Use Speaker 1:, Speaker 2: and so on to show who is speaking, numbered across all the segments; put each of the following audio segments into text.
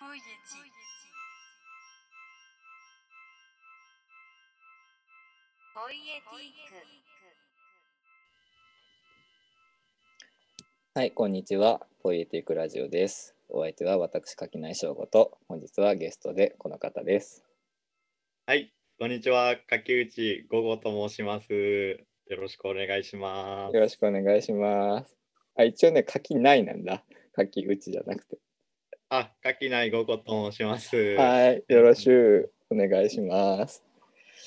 Speaker 1: ポイエチポイエティック
Speaker 2: はい、こんにちは。ポイエティックラジオです。お相手は私、柿内翔吾と、本日はゲストでこの方です。
Speaker 3: はい、こんにちは。柿内午後と申します。よろしくお願いしま
Speaker 2: よろしくお願いします。あ、一応ね、柿内なんだ。柿内じゃなくて。
Speaker 3: す。あ、柿内午後と申します。
Speaker 2: はい、よろしくお願いします。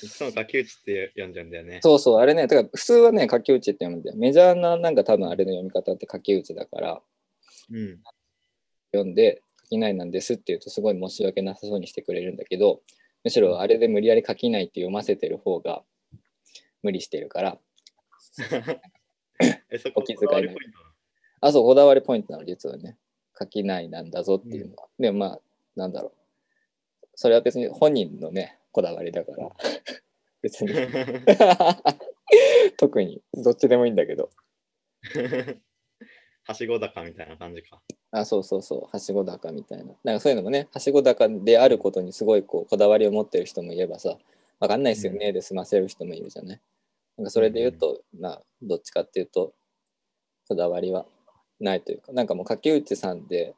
Speaker 3: いつも柿内って呼んじゃうんだよね。
Speaker 2: そうそう、あれね、だから普通はね、柿内って読むんだよ。メジャーな、なんか多分あれの読み方って柿内だから、
Speaker 3: うん。
Speaker 2: 読んで、柿内なんですって言うと、すごい申し訳なさそうにしてくれるんだけど、むしろあれで無理やり柿内って読ませてる方が無理してるから、
Speaker 3: え、そこ
Speaker 2: お気遣い
Speaker 3: こだわりポイント
Speaker 2: あ、そう、こだわりポイントなの、実はね。書きないなんだぞっていうのは。でもまあ、なんだろう。それは別に本人のね、こだわりだから。 別に。
Speaker 3: な
Speaker 2: 特に、どっちでもいいんだけど。
Speaker 3: のはしご高みたいな感じか。
Speaker 2: あ、そうそうそう、はしご高みたいな。なんかそういうのもね、はしご高であることにすごいこう、こだわりを持ってる人もいればさ、わかんないですよね、で済ませる人もいるじゃない。なんかそれで言うと、まあ、どっちかっていうと、こだわりはないというか、なんかもう竹内さんで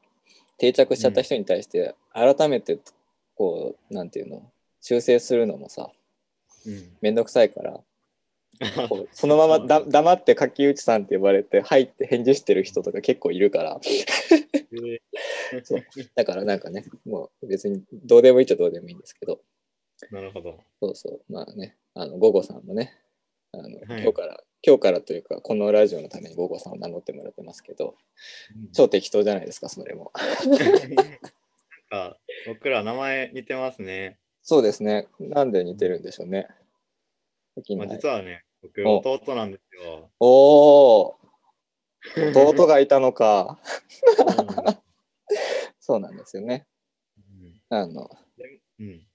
Speaker 2: 定着しちゃった人に対して、改めて、こう、なんていうの、修正するのもさ、
Speaker 3: うん。
Speaker 2: めんどくさいから、こうそのままだ黙って柿内さんって呼ばれて、はいって返事してる人とか結構いるから、そうだからなんかね、もう別にどうでもいいっちゃどうでもいいんですけど、
Speaker 3: なるほど。
Speaker 2: そうそう、まあね、あの、ゴゴさんもね、あの、
Speaker 3: は
Speaker 2: 今
Speaker 3: い
Speaker 2: 日から、今日からというか、このラジオのためにゴゴさんを名乗ってもらってますけど、超適当じゃないですか、それも。
Speaker 3: なんか僕ら名前似てますね。
Speaker 2: そうですね、なんで似てるんでしょうね。柿
Speaker 3: まあ、
Speaker 2: 内
Speaker 3: 実はね、僕
Speaker 2: お
Speaker 3: 弟なんですよ。
Speaker 2: おー、弟がいたのか。そうなんですよね。
Speaker 3: うん
Speaker 2: あの、
Speaker 3: うん、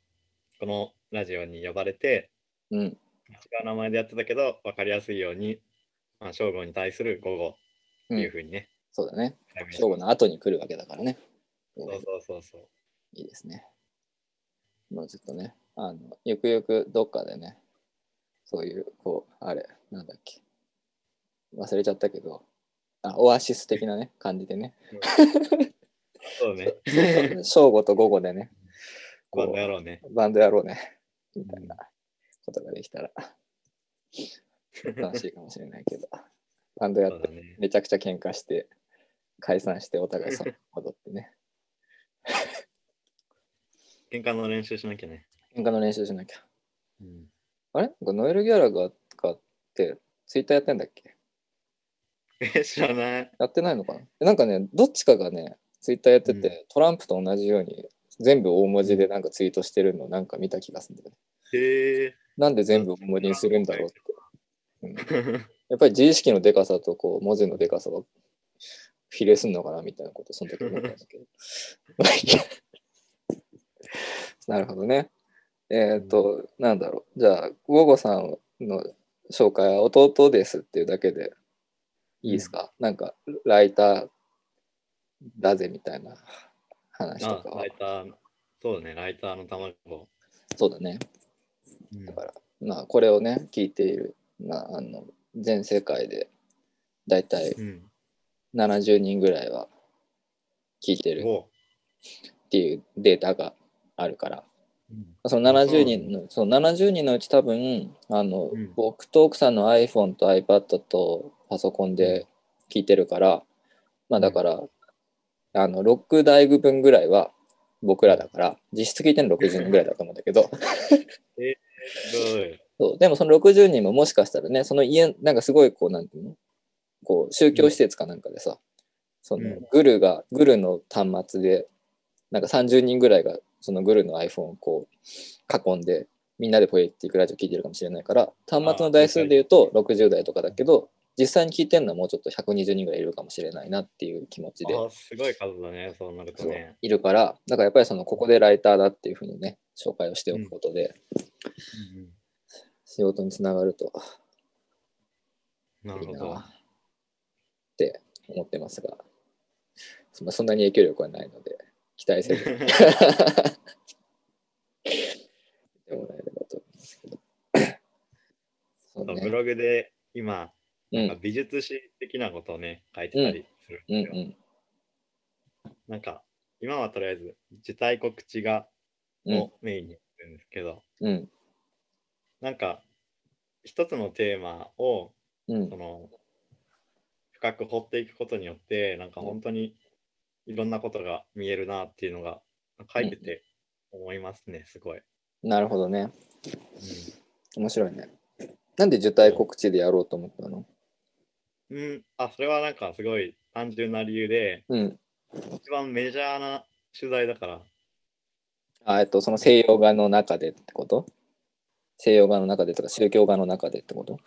Speaker 3: このラジオに呼ばれて
Speaker 2: うん、
Speaker 3: 違う名前でやってたけど分かりやすいように、まあ、正吾に対する午後っていうふうにね、
Speaker 2: そうだね。
Speaker 3: 改名し
Speaker 2: 正午の後に来るわけだからね。
Speaker 3: そうそうそうそう
Speaker 2: いいですね。もうちょっとね、あの、ゆくゆくどっかでね、そういう、こう、あれ、なんだっけ、忘れちゃったけど、あオアシス的なね、感じでね、
Speaker 3: そうね
Speaker 2: 正午と午後でね、
Speaker 3: バンド
Speaker 2: こ
Speaker 3: やろうね
Speaker 2: うバンドやろうね、みたいなことができたら、楽しいかもしれないけど、バンドや
Speaker 3: そう
Speaker 2: って
Speaker 3: だ、ね
Speaker 2: めちゃくちゃ喧嘩して、解散して、お互いさ、戻って ね、
Speaker 3: 喧嘩の練習しなきゃね、
Speaker 2: 喧嘩の練習しなきゃ。
Speaker 3: うん、
Speaker 2: あれなんかノエル・ギャラガーがって、ツイッターやってんだっけ
Speaker 3: え知らない
Speaker 2: やってないのかななんかね、どっちかがね、ツイッターやってて、
Speaker 3: う
Speaker 2: トランプと同じように、全部大文字でなんかツイートしてるのをなんか見た気がするんだよね。
Speaker 3: へえ
Speaker 2: なんで全部大文字にするんだろうって。うん、や
Speaker 3: ー、
Speaker 2: っぱり自意識のでかさとこう文字のでかさが比例するのかなみたいなこと、その時思ったんだけど。まあいいや なるほどね。えっ、と、なんだろう。じゃあ、ゴゴさんの紹介は弟ですっていうだけでいいですか、なんか、ライターだぜみたいな話と
Speaker 3: あ
Speaker 2: かは
Speaker 3: ライ。ターそうだねライターの卵、
Speaker 2: そうだね。
Speaker 3: うん
Speaker 2: だから、まあ、これをね、聞いている、まあ、あの、全世界で、だいたい
Speaker 3: うん、
Speaker 2: 70人ぐらいは聞いてる
Speaker 3: お
Speaker 2: っていうデータがあるから、
Speaker 3: うん
Speaker 2: その70人の、その70人のうち多分、あの、
Speaker 3: うん
Speaker 2: 僕と奥さんの iPhone と iPad とパソコンで聞いてるから、まあだから、あの、6台分ぐらいは僕らだから、実質聞いてるの60人ぐらいだと思うんだけど、
Speaker 3: すごい
Speaker 2: そう、でもその60人ももしかしたらね、その家、なんかすごいこう、なんていうのこう、宗教施設かなんかでさ、その
Speaker 3: うん
Speaker 2: グルが、グルの端末で、なんか30人ぐらいが、そのグルの iPhone をこう、囲んで、みんなでポエティックラジオ聞いてるかもしれないから、端末の台数で言うと60代とかだけど、実際に聞いてるのはもうちょっと120人ぐらいいるかもしれないなっていう気持ちで、
Speaker 3: あすごい数だねそうなると
Speaker 2: そう
Speaker 3: ね
Speaker 2: いるから、だからやっぱりその、ここでライターだっていうふうにね、紹介をしておくことで、
Speaker 3: うんうん
Speaker 2: 仕事につながると
Speaker 3: ないる
Speaker 2: い
Speaker 3: ほ
Speaker 2: な
Speaker 3: ど
Speaker 2: あって思ってますが、そまあそんなに影響力はないので、期待せ ず見てもらえればと思いますけど。そう
Speaker 3: ブ
Speaker 2: ね。
Speaker 3: ログで今、
Speaker 2: う
Speaker 3: なんか
Speaker 2: ん
Speaker 3: 美術史的なことをね、書いてたりするん
Speaker 2: うん
Speaker 3: ですよ。
Speaker 2: うん
Speaker 3: なんか、今はとりあえず、受胎告知が、
Speaker 2: うん
Speaker 3: をメインにやってるんですけど、
Speaker 2: うん
Speaker 3: なんか、一つのテーマを、
Speaker 2: うん
Speaker 3: その、深く掘っていくことによって、なんか本当にいろんなことが見えるなっていうのが、書いてて思いますね、すごい。
Speaker 2: なるほどね。
Speaker 3: うん
Speaker 2: 面白いね。なんで受胎告知でやろうと思ったの
Speaker 3: うん、あ、それはなんかすごい単純な理由で、
Speaker 2: うん。
Speaker 3: 一番メジャーな取材だから、
Speaker 2: あえっと、その西洋画の中でってこと西洋画の中でとか宗教画の中でってこと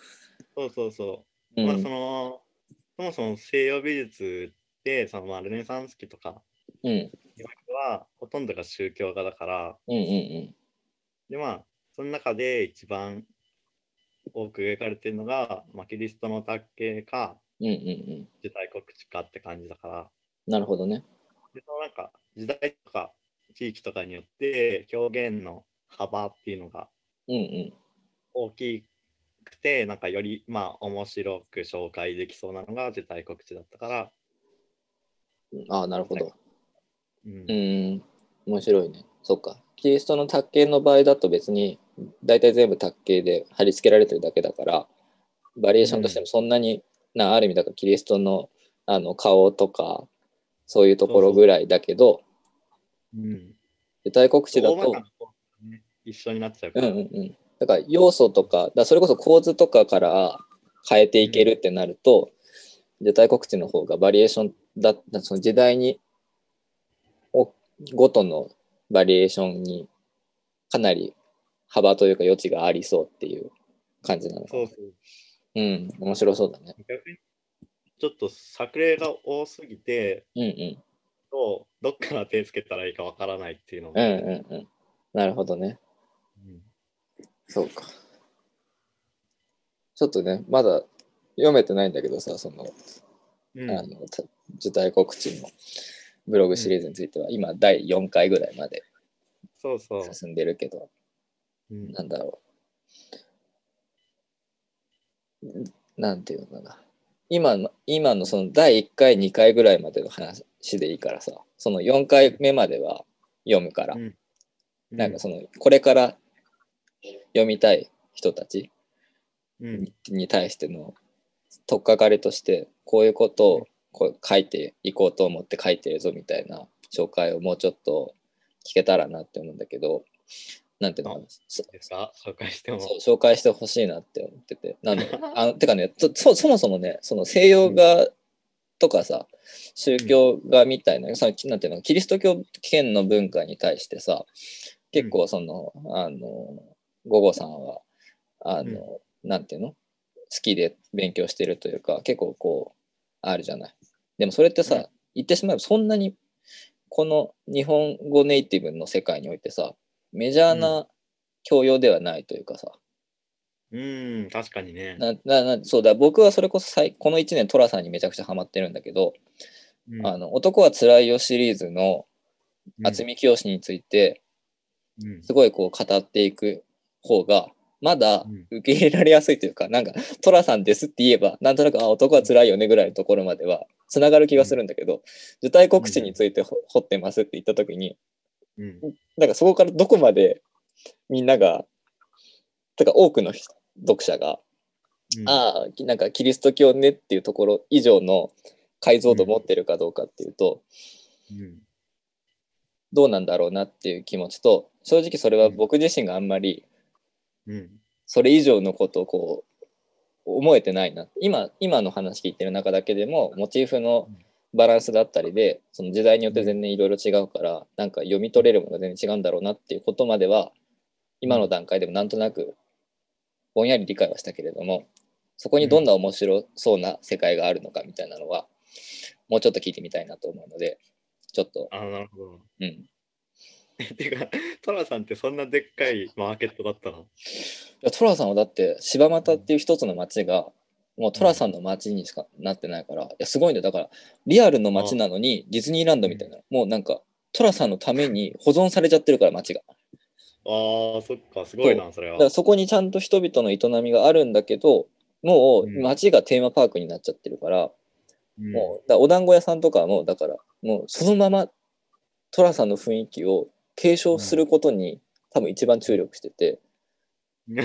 Speaker 3: そうそうそうう、まあそ
Speaker 2: ん。
Speaker 3: の、そもそも西洋美術って、そのまあルネサンス期とか
Speaker 2: うん。うん
Speaker 3: はほとんどが宗教画だから、
Speaker 2: うんうん。
Speaker 3: でまあ、その中で一番多く描かれてるのが、まあ、キリストの卓形か、
Speaker 2: うんうんうん。
Speaker 3: 時代告知かって感じだから、
Speaker 2: なるほどね。
Speaker 3: でそのなんか時代とか地域とかによって表現の幅っていうのが
Speaker 2: うんうん。
Speaker 3: 大きくてなんかよりまあ面白く紹介できそうなのが受胎告知だったから、
Speaker 2: ああ、なるほど。
Speaker 3: うん
Speaker 2: うーん。面白いね。そっか。キリストの卓形の場合だと別に、大体全部卓形で貼り付けられてるだけだから、バリエーションとしてもそんなに、なある意味だからキリストのあの顔とか、そういうところぐらいだけど、
Speaker 3: うん
Speaker 2: 受胎告知だ
Speaker 3: 大まか
Speaker 2: と、
Speaker 3: なことがね一緒になっちゃうか
Speaker 2: うん
Speaker 3: ら、
Speaker 2: うんうん。だから要素とか、だからそれこそ構図とかから変えていけるってなると、時代告知の方がバリエーションだった、その時代に、おごとのバリエーションにかなり幅というか余地がありそうっていう感じなのか
Speaker 3: そ
Speaker 2: な
Speaker 3: うそう
Speaker 2: うん、面白そうだね。
Speaker 3: 逆にちょっと作例が多すぎて
Speaker 2: うんうん。
Speaker 3: とどっから手つけたらいいかわからないっていうの
Speaker 2: う
Speaker 3: が、
Speaker 2: んうんうん。なるほどね。
Speaker 3: うん
Speaker 2: そうか。ちょっとね、まだ読めてないんだけどさ、その、
Speaker 3: うん
Speaker 2: あのた受胎告知のブログシリーズについては、今第4回ぐらいまで
Speaker 3: そうそう、
Speaker 2: 進んでるけど、
Speaker 3: うん
Speaker 2: なんだろう。んなんていうのかな。今の今のその第1回、2回ぐらいまでの話でいいからさ、その4回目までは読むから、
Speaker 3: うん
Speaker 2: なんかその、これから読みたい人たち
Speaker 3: うん
Speaker 2: に対しての取っかかりとしてこういうことをこう書いていこうと思って書いてるぞみたいな紹介をもうちょっと聞けたらなって思うんだけどなんていうのかなそ
Speaker 3: ですか紹介しても
Speaker 2: そう紹介してほしいなって思っててなんであのてかねそそそもそもねその西洋画とかさ宗教画みたいなそのなんていうのキリスト教圏の文化に対してさ結構その、あの午後さんはあの、なんていうの好きで勉強してるというか結構こうあるじゃないでもそれってさ、
Speaker 3: うん
Speaker 2: 言ってしまえばそんなにこの日本語ネイティブの世界においてさメジャーな教養ではないというかさ、
Speaker 3: うん確かにね、
Speaker 2: なななそうだ僕はそれこそ最この1年寅さんにめちゃくちゃハマってるんだけど「
Speaker 3: うん
Speaker 2: あの男はつらいよ」シリーズの渥美清について
Speaker 3: うん
Speaker 2: すごいこう語っていく方がまだ
Speaker 3: うん
Speaker 2: 受け入れられやすいというか、なんか「寅さんです」って言えばなんとなく「あ男はつらいよね」ぐらいのところまではつながる気がするんだけど「受胎告知についてほ掘ってます」って言った時に
Speaker 3: うん
Speaker 2: なんかそこからどこまでみんながとか多くの人読者が
Speaker 3: うん
Speaker 2: ああきなんかキリスト教ねっていうところ以上の解像度持ってるかどうかっていうと、
Speaker 3: うん
Speaker 2: どうなんだろうなっていう気持ちと正直それは僕自身があんまり
Speaker 3: うん
Speaker 2: それ以上のことをこう思えてないな今今の話聞いてる中だけでもモチーフのバランスだったりでその時代によって全然いろいろ違うからなんか読み取れるものが全然違うんだろうなっていうことまでは今の段階でもなんとなくぼんやり理解はしたけれどもそこにどんな面白そうな世界があるのかみたいなのはもうちょっと聞いてみたいなと思うのでちょっと
Speaker 3: あなるほど
Speaker 2: うん
Speaker 3: ていうか、トラさんってそんなでっかいマーケットだったの
Speaker 2: いやトラさんはだって柴又っていう一つの町がもうトラさんの町にしかなってないからいやすごいんだよだからリアルの町なのにディズニーランドみたいなもうなんかトラさんのために保存されちゃってるから町が。
Speaker 3: ああ、そっか、すごいな、それ
Speaker 2: だ
Speaker 3: は
Speaker 2: か。らそこにちゃんと人々の営みがあるんだけども
Speaker 3: う
Speaker 2: うん町がテーマパークになっちゃってるから,、
Speaker 3: うん
Speaker 2: もうだからお団子屋さんとかはもうだからもうそのままトラさんの雰囲気を継承することに、多分一番注力してて、
Speaker 3: な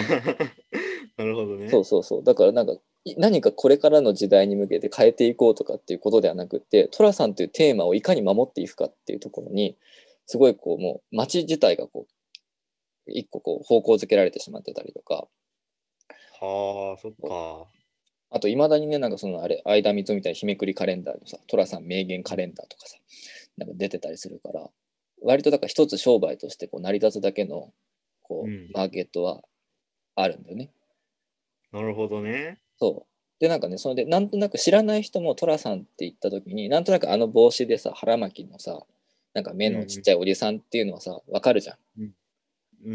Speaker 3: るほどね。
Speaker 2: そうそうそうだからなんかい何かこれからの時代に向けて変えていこうとかっていうことではなくてトラさんというテーマをいかに守っていくかっていうところにすごいこうもう町自体がこう一個こう方向づけられてしまってたりとか、
Speaker 3: はあ、そっか。
Speaker 2: あと、いまだにね、なんかそのあれ、相田みつみたいな日めくりカレンダーのさ、寅さん名言カレンダーとかさ、なんか出てたりするから、割とだから一つ商売としてこう成り立つだけのこう、
Speaker 3: うん
Speaker 2: マーケットはあるんだよね。
Speaker 3: なるほどね。
Speaker 2: そう。で、なんかね、それで、なんとなく知らない人も寅さんって言った時に、なんとなくあの帽子でさ、腹巻きのさ、なんか目のちっちゃいおじさんっていうのはさ、わかるじゃん。
Speaker 3: うんう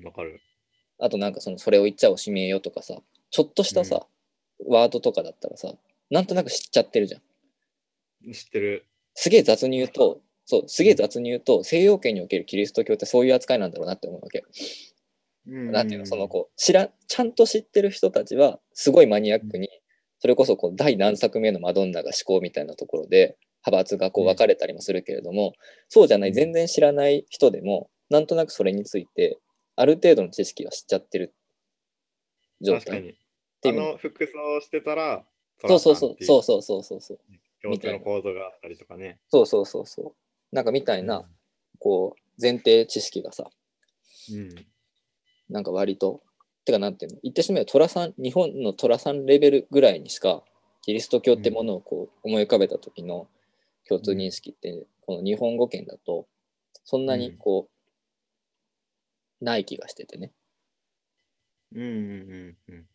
Speaker 3: ん、わかる。
Speaker 2: あとなんかその、それを言っちゃおしめえよとかさ、ちょっとしたさ、ワードとかだったらさ、なんとなく知っちゃってるじゃん。
Speaker 3: 知ってる。
Speaker 2: すげえ雑に言うと、そう、すげえ雑に言うと、西洋圏におけるキリスト教ってそういう扱いなんだろうなって思うわけ。なんていうの、その子、知らん、ちゃんと知ってる人たちは、すごいマニアックに、それこそこう第何作目のマドンナが思考みたいなところで、派閥がこう分かれたりもするけれども、そうじゃない、全然知らない人でも、なんとなくそれについて、ある程度の知識は知っちゃってる状
Speaker 3: 確か
Speaker 2: 態っ
Speaker 3: に。
Speaker 2: て
Speaker 3: あ
Speaker 2: いう意味。
Speaker 3: の服装してたら、
Speaker 2: そうそうそうそううそうそうそうそう。
Speaker 3: 共通の構造があったりとかね。
Speaker 2: そうそうそうそう。なんかみたいな、こう、前提知識がさ、
Speaker 3: うん。
Speaker 2: なんか割と、てかなんていうの、言ってしまえば寅さん、日本の寅さんレベルぐらいにしか、キリスト教ってものをこう思い浮かべた時の共通認識って、この日本語圏だと、そんなにこう、ない気がしててね。
Speaker 3: うんうんうんうん。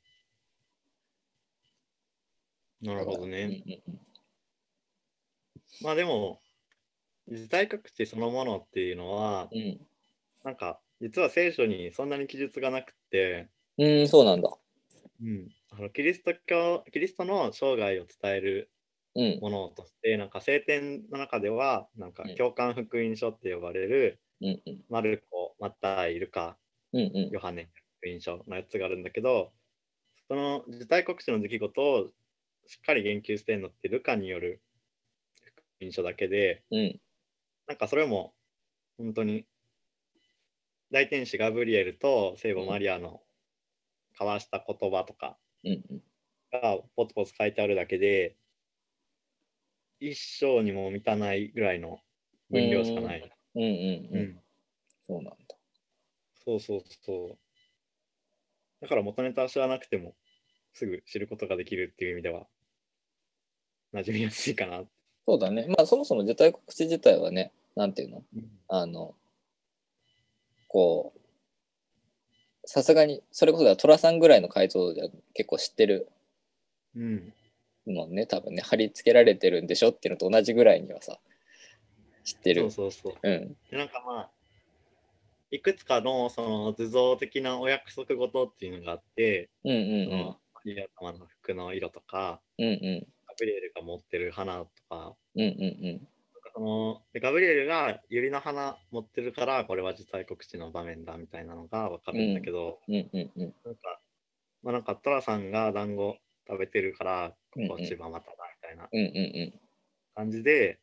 Speaker 3: なるほどね。
Speaker 2: ね。
Speaker 3: まあでも、時代各地そのものっていうのは、
Speaker 2: うん。
Speaker 3: なんか、実は聖書にそんなに記述がなくて、
Speaker 2: うん、そうなんだ。
Speaker 3: うん、あのキリスト教、キリストの生涯を伝える
Speaker 2: うん。
Speaker 3: ものとして、なんか聖典の中では、なんか
Speaker 2: うん
Speaker 3: 教官福音書って呼ばれる、
Speaker 2: うんうん。
Speaker 3: マルコ、マタイ、ルカ、
Speaker 2: うんうん
Speaker 3: ヨハネ福音書のやつがあるんだけど、その時代告知の出来事をしっかり言及してるのって、ルカによる福音書だけで、
Speaker 2: うん。
Speaker 3: なんかそれも本当に大天使ガブリエルと聖母マリアの交わした言葉とか
Speaker 2: うんうん。
Speaker 3: がポツポツ書いてあるだけで一章にも満たないぐらいの分量しかない。
Speaker 2: うんうんうん。そうなんだ。
Speaker 3: そうそうそう。だから元ネタは知らなくてもすぐ知ることができるっていう意味では馴染みやすいかな。
Speaker 2: そうだね。まあそもそも受胎告知自体はね、なんていうのあの、こう、さすがに、それこそだ、寅さんぐらいの解像度で結構知ってる
Speaker 3: うん。
Speaker 2: もんね、多分ね、貼り付けられてるんでしょっていうのと同じぐらいにはさ、知って
Speaker 3: そう
Speaker 2: る。
Speaker 3: そうそう。
Speaker 2: うん。
Speaker 3: でなんかまあいくつかのその図像的なお約束事っていうのがあって、
Speaker 2: うんうん
Speaker 3: そのマリア様の服の色とか
Speaker 2: うん。うんうん。
Speaker 3: ガブリエルが持ってる花とかなんか
Speaker 2: うんうんうん。
Speaker 3: そのでガブリエルが百合の花持ってるからこれは実際告知の場面だみたいなのが分かるんだけど、
Speaker 2: うんうんうん。
Speaker 3: なんかまあなんかトラさんが団子食べてるから
Speaker 2: うんうん
Speaker 3: こっちはまただみたいな
Speaker 2: うんうん
Speaker 3: 感じで、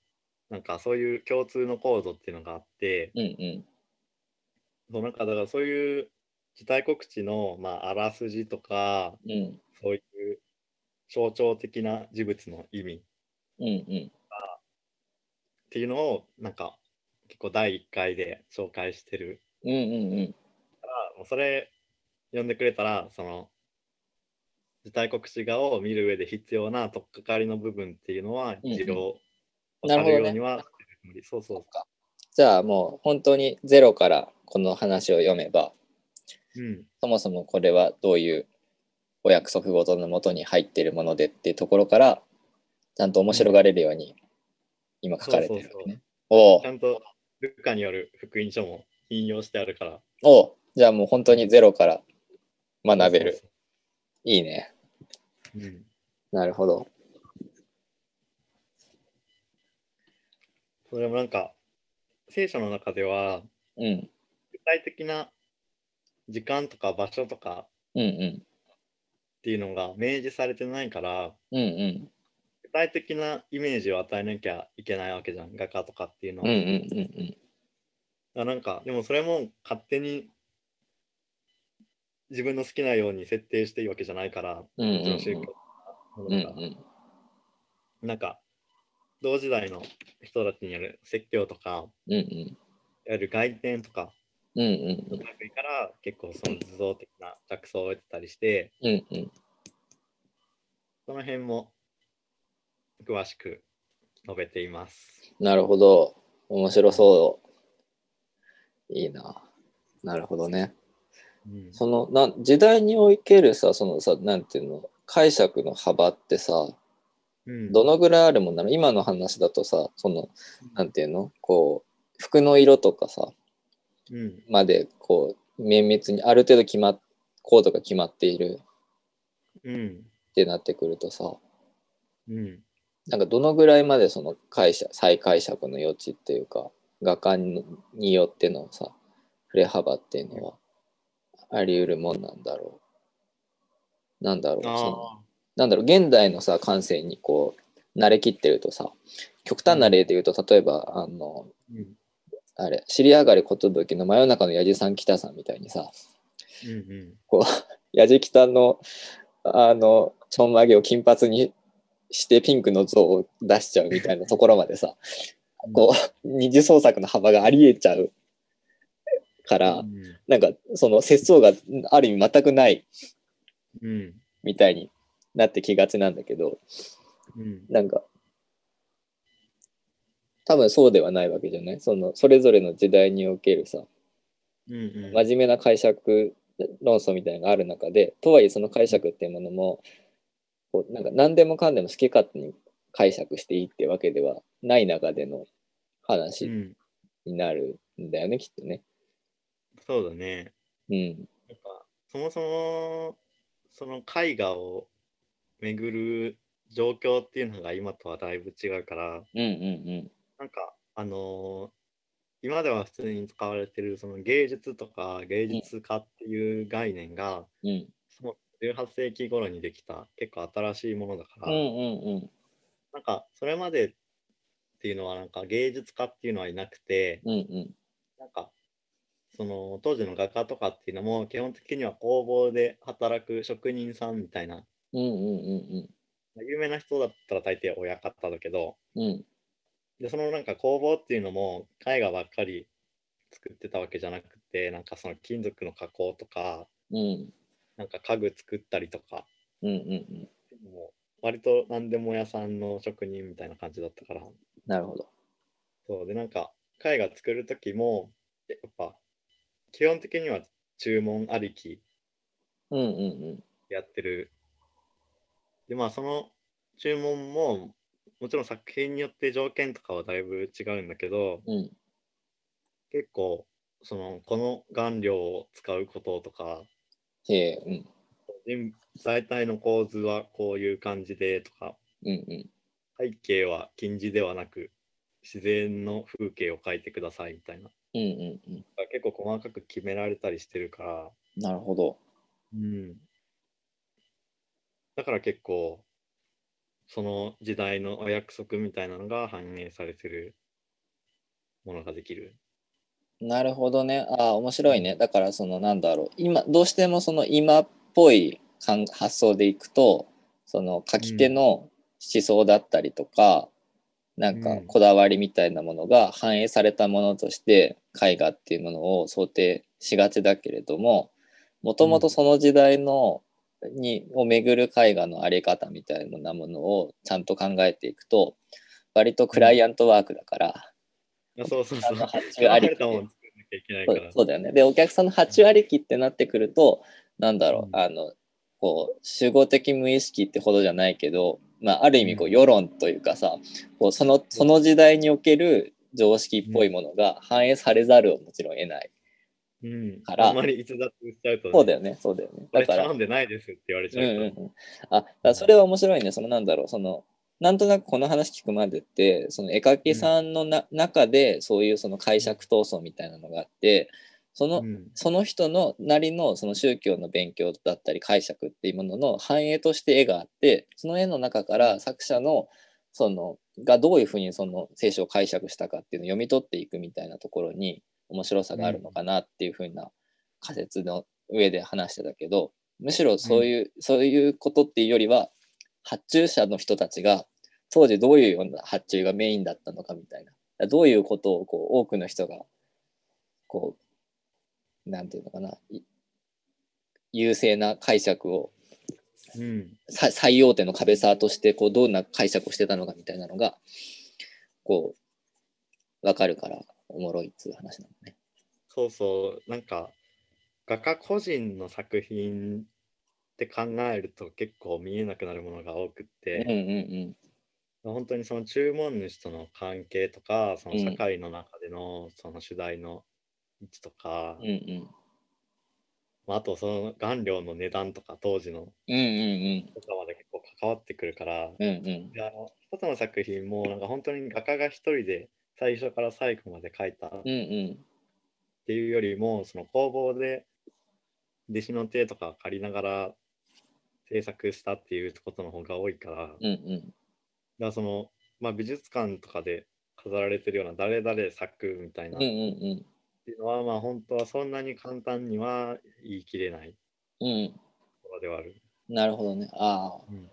Speaker 3: なんかそういう共通の構造っていうのがあって、
Speaker 2: うん。うんうん。
Speaker 3: そうなんかだからそういう事態告知の、まあ、あらすじとか
Speaker 2: うん
Speaker 3: そういう象徴的な事物の意味っ
Speaker 2: うんうん。
Speaker 3: ていうのをなんか結構第1回で紹介してる
Speaker 2: うんうんうん。
Speaker 3: からもうそれ読んでくれたらその事態告知画を見る上で必要な取っかかりの部分っていうのは
Speaker 2: うん
Speaker 3: 一応
Speaker 2: なるほど
Speaker 3: 分か
Speaker 2: ね
Speaker 3: るようにはしてるつもりそう
Speaker 2: そ
Speaker 3: そう
Speaker 2: か。じゃあもう本当にゼロからこの話を読めば、
Speaker 3: う、うん、
Speaker 2: そもそもこれはどういうお約束事のもとに入っているものでっていうところからちゃんと面白がれるように今書かれてるわけね。おう
Speaker 3: ちゃんとルカによる福音書も引用してあるから
Speaker 2: おうじゃあもう本当にゼロから学べる。いいね。
Speaker 3: そうそうそううん
Speaker 2: なるほど。
Speaker 3: それもなんか、聖書の中では、
Speaker 2: うん。
Speaker 3: 具体的な時間とか場所とか
Speaker 2: うんうん。
Speaker 3: っていうのが明示されてないから、
Speaker 2: うんうん。
Speaker 3: 具体的なイメージを与えなきゃいけないわけじゃん、画家とかっていうの
Speaker 2: うんう
Speaker 3: は。
Speaker 2: んうん
Speaker 3: あなんか、でもそれも勝手に自分の好きなように設定していいわけじゃないから、
Speaker 2: うん。うんうん
Speaker 3: その宗教とか
Speaker 2: うん。う
Speaker 3: もの
Speaker 2: ん
Speaker 3: とかなんか、同時代の人たちによる説教とか、
Speaker 2: うん。うん
Speaker 3: いわゆる外伝とか、
Speaker 2: うん。うん
Speaker 3: の類から結構その図像的な着想を得てたりして、
Speaker 2: うんうん。
Speaker 3: その辺も詳しく述べています。
Speaker 2: なるほど。面白そう。いいな。なるほどね。
Speaker 3: うん
Speaker 2: そのな時代におけるさそのさなんていうの解釈の幅ってさ
Speaker 3: うん
Speaker 2: どのぐらいあるもんなの今の話だとさそのなんていうのこう服の色とかさ
Speaker 3: うん
Speaker 2: までこう綿密にある程度決まっこうとか決まっている
Speaker 3: うん
Speaker 2: ってなってくるとさ
Speaker 3: うん
Speaker 2: なんかどのぐらいまでその解釈再解釈の余地っていうか画家にによってのさ振れ幅っていうのはあり得るもんなんだろうなんだろうその
Speaker 3: あ
Speaker 2: なんだろう現代のさ感性にこう慣れきってるとさ極端な例で言うと例えばあの
Speaker 3: ーうん
Speaker 2: あれ「尻上がり寿の真夜中のやじさん北さん」みたいにさ
Speaker 3: うんうん
Speaker 2: やじ北のあのちょんまげを金髪にしてピンクの像を出しちゃうみたいなところまでさこう二次創作の幅がありえちゃうから
Speaker 3: うん
Speaker 2: なんかその節操がある意味全くない
Speaker 3: うん
Speaker 2: みたいになってきがちなんだけど
Speaker 3: うん
Speaker 2: なんか、多分そうではないわけじゃないその、それぞれの時代におけるさ、
Speaker 3: うんうん
Speaker 2: 真面目な解釈論争みたいなのがある中で、とはいえその解釈っていうものも、こうなんか何でもかんでも好き勝手に解釈していいってわけではない中での
Speaker 3: う
Speaker 2: 話
Speaker 3: ん
Speaker 2: になるんだよね、きっとね。
Speaker 3: そうだね。
Speaker 2: うん。
Speaker 3: やっぱそもそもその絵画を巡る状況っていうのが今とはだいぶ違うから、
Speaker 2: うんうん
Speaker 3: なんか、あのー今では普通に使われてるその芸術とか芸術家っていう概念が、
Speaker 2: うん。うん。
Speaker 3: その18世紀頃にできた結構新しいものだか
Speaker 2: う
Speaker 3: ら、
Speaker 2: んうんうん。
Speaker 3: なんかそれまでっていうのはなんか芸術家っていうのはいなくて、
Speaker 2: うんうん。
Speaker 3: なんかその当時の画家とかっていうのも基本的には工房で働く職人さんみたいな、
Speaker 2: うんうんうん
Speaker 3: 有名な人だったら大抵親方だけど、
Speaker 2: うん。うん。
Speaker 3: でそのなんか工房っていうのも絵画ばっかり作ってたわけじゃなくてなんかその金属の加工とか
Speaker 2: うん。
Speaker 3: なんか家具作ったりとか
Speaker 2: うんうんうん。
Speaker 3: もう割と何でも屋さんの職人みたいな感じだったから
Speaker 2: なるほど。
Speaker 3: そうでなんか絵画作る時もやっぱ基本的には注文ありき
Speaker 2: うんうんうん。
Speaker 3: やってるでまあその注文ももちろん作品によって条件とかはだいぶ違うんだけど、
Speaker 2: うん。
Speaker 3: 結構そのこの顔料を使うこととか
Speaker 2: へえ、うん。
Speaker 3: 人大体の構図はこういう感じでとか
Speaker 2: うんうん。
Speaker 3: 背景は近似ではなく自然の風景を描いてくださいみたいな
Speaker 2: うんうんうん。
Speaker 3: 結構細かく決められたりしてるから、
Speaker 2: なるほど。
Speaker 3: うん、だから結構その時代のお約束みたいなのが反映されてるものができる。
Speaker 2: なるほどね。ああ、面白いね。だから、その、なんだろう。今、どうしてもその今っぽい感発想でいくと、その書き手の思想だったりとか、なんか
Speaker 3: うん
Speaker 2: こだわりみたいなものが反映されたものとして絵画っていうものを想定しがちだけれども、もともとその時代の、にを巡る絵画のあり方みたいなものをちゃんと考えていくと、割とクライアントワークだから、
Speaker 3: あそうそうそう。
Speaker 2: あの発注ありきで
Speaker 3: たもん作らなきゃいけない
Speaker 2: そ
Speaker 3: か
Speaker 2: う
Speaker 3: ら。
Speaker 2: そうだよね。で、お客さんの8割きってなってくると、なんだろう、
Speaker 3: うん
Speaker 2: あの、こう、集合的無意識ってほどじゃないけど、まあ、ある意味、こう、
Speaker 3: うん
Speaker 2: 世論というかさ、こうその、その時代における常識っぽいものが反映されざるをもちろん得ない。
Speaker 3: うん、
Speaker 2: から
Speaker 3: あんまり逸脱しちゃうとね、
Speaker 2: そうだよね、そうだよね。
Speaker 3: こ
Speaker 2: だ
Speaker 3: れ
Speaker 2: から
Speaker 3: 頼、んでないですって言われち
Speaker 2: うん
Speaker 3: ゃう
Speaker 2: う
Speaker 3: と。
Speaker 2: んうん。あ、だからそれは面白いね。その、なんだろう、その、なんとなくこの話聞くまでってその絵描きさんのな、中でそういうその解釈闘争みたいなのがあってその
Speaker 3: うん
Speaker 2: その人のなりのその宗教の勉強だったり解釈っていうものの反映として絵があってその絵の中から作者のそのがどういうふうにその聖書を解釈したかっていうのを読み取っていくみたいなところに面白さがあるのかなっていうふうな仮説の上で話してたけどむしろそういう、そういうことっていうよりは発注者の人たちが当時どういうような発注がメインだったのかみたいなどういうことをこう多くの人がこうなんていうのかない優勢な解釈を
Speaker 3: うん
Speaker 2: さ最大手の壁サーとしてこうどんな解釈をしてたのかみたいなのがこう分かるからおもろいっつう話なのね。
Speaker 3: そうそう、なんか画家個人の作品って考えると結構見えなくなるものが多くっ
Speaker 2: うん
Speaker 3: て、
Speaker 2: うん
Speaker 3: 本当にその注文主との関係とか、その
Speaker 2: うん
Speaker 3: 社会の中でのその主題の位置とか、
Speaker 2: うんうんうん
Speaker 3: まあ、あとその顔料の値段とか当時の
Speaker 2: うんうん
Speaker 3: とかまで結構関わってくるから、
Speaker 2: うんうんうん
Speaker 3: であの一つの作品もなんか本当に画家が一人で最初から最後まで描いた
Speaker 2: うんうん
Speaker 3: っていうよりもその工房で弟子の手とか借りながら制作したっていうことの方が多いからだか
Speaker 2: うんうん
Speaker 3: らその、まあ、美術館とかで飾られてるような誰々作みたいなっ
Speaker 2: うんうん
Speaker 3: てい
Speaker 2: うん
Speaker 3: うのは、まあ本当はそんなに簡単には言い切れない
Speaker 2: うん
Speaker 3: ところではある。
Speaker 2: なるほどね。ああ、
Speaker 3: うん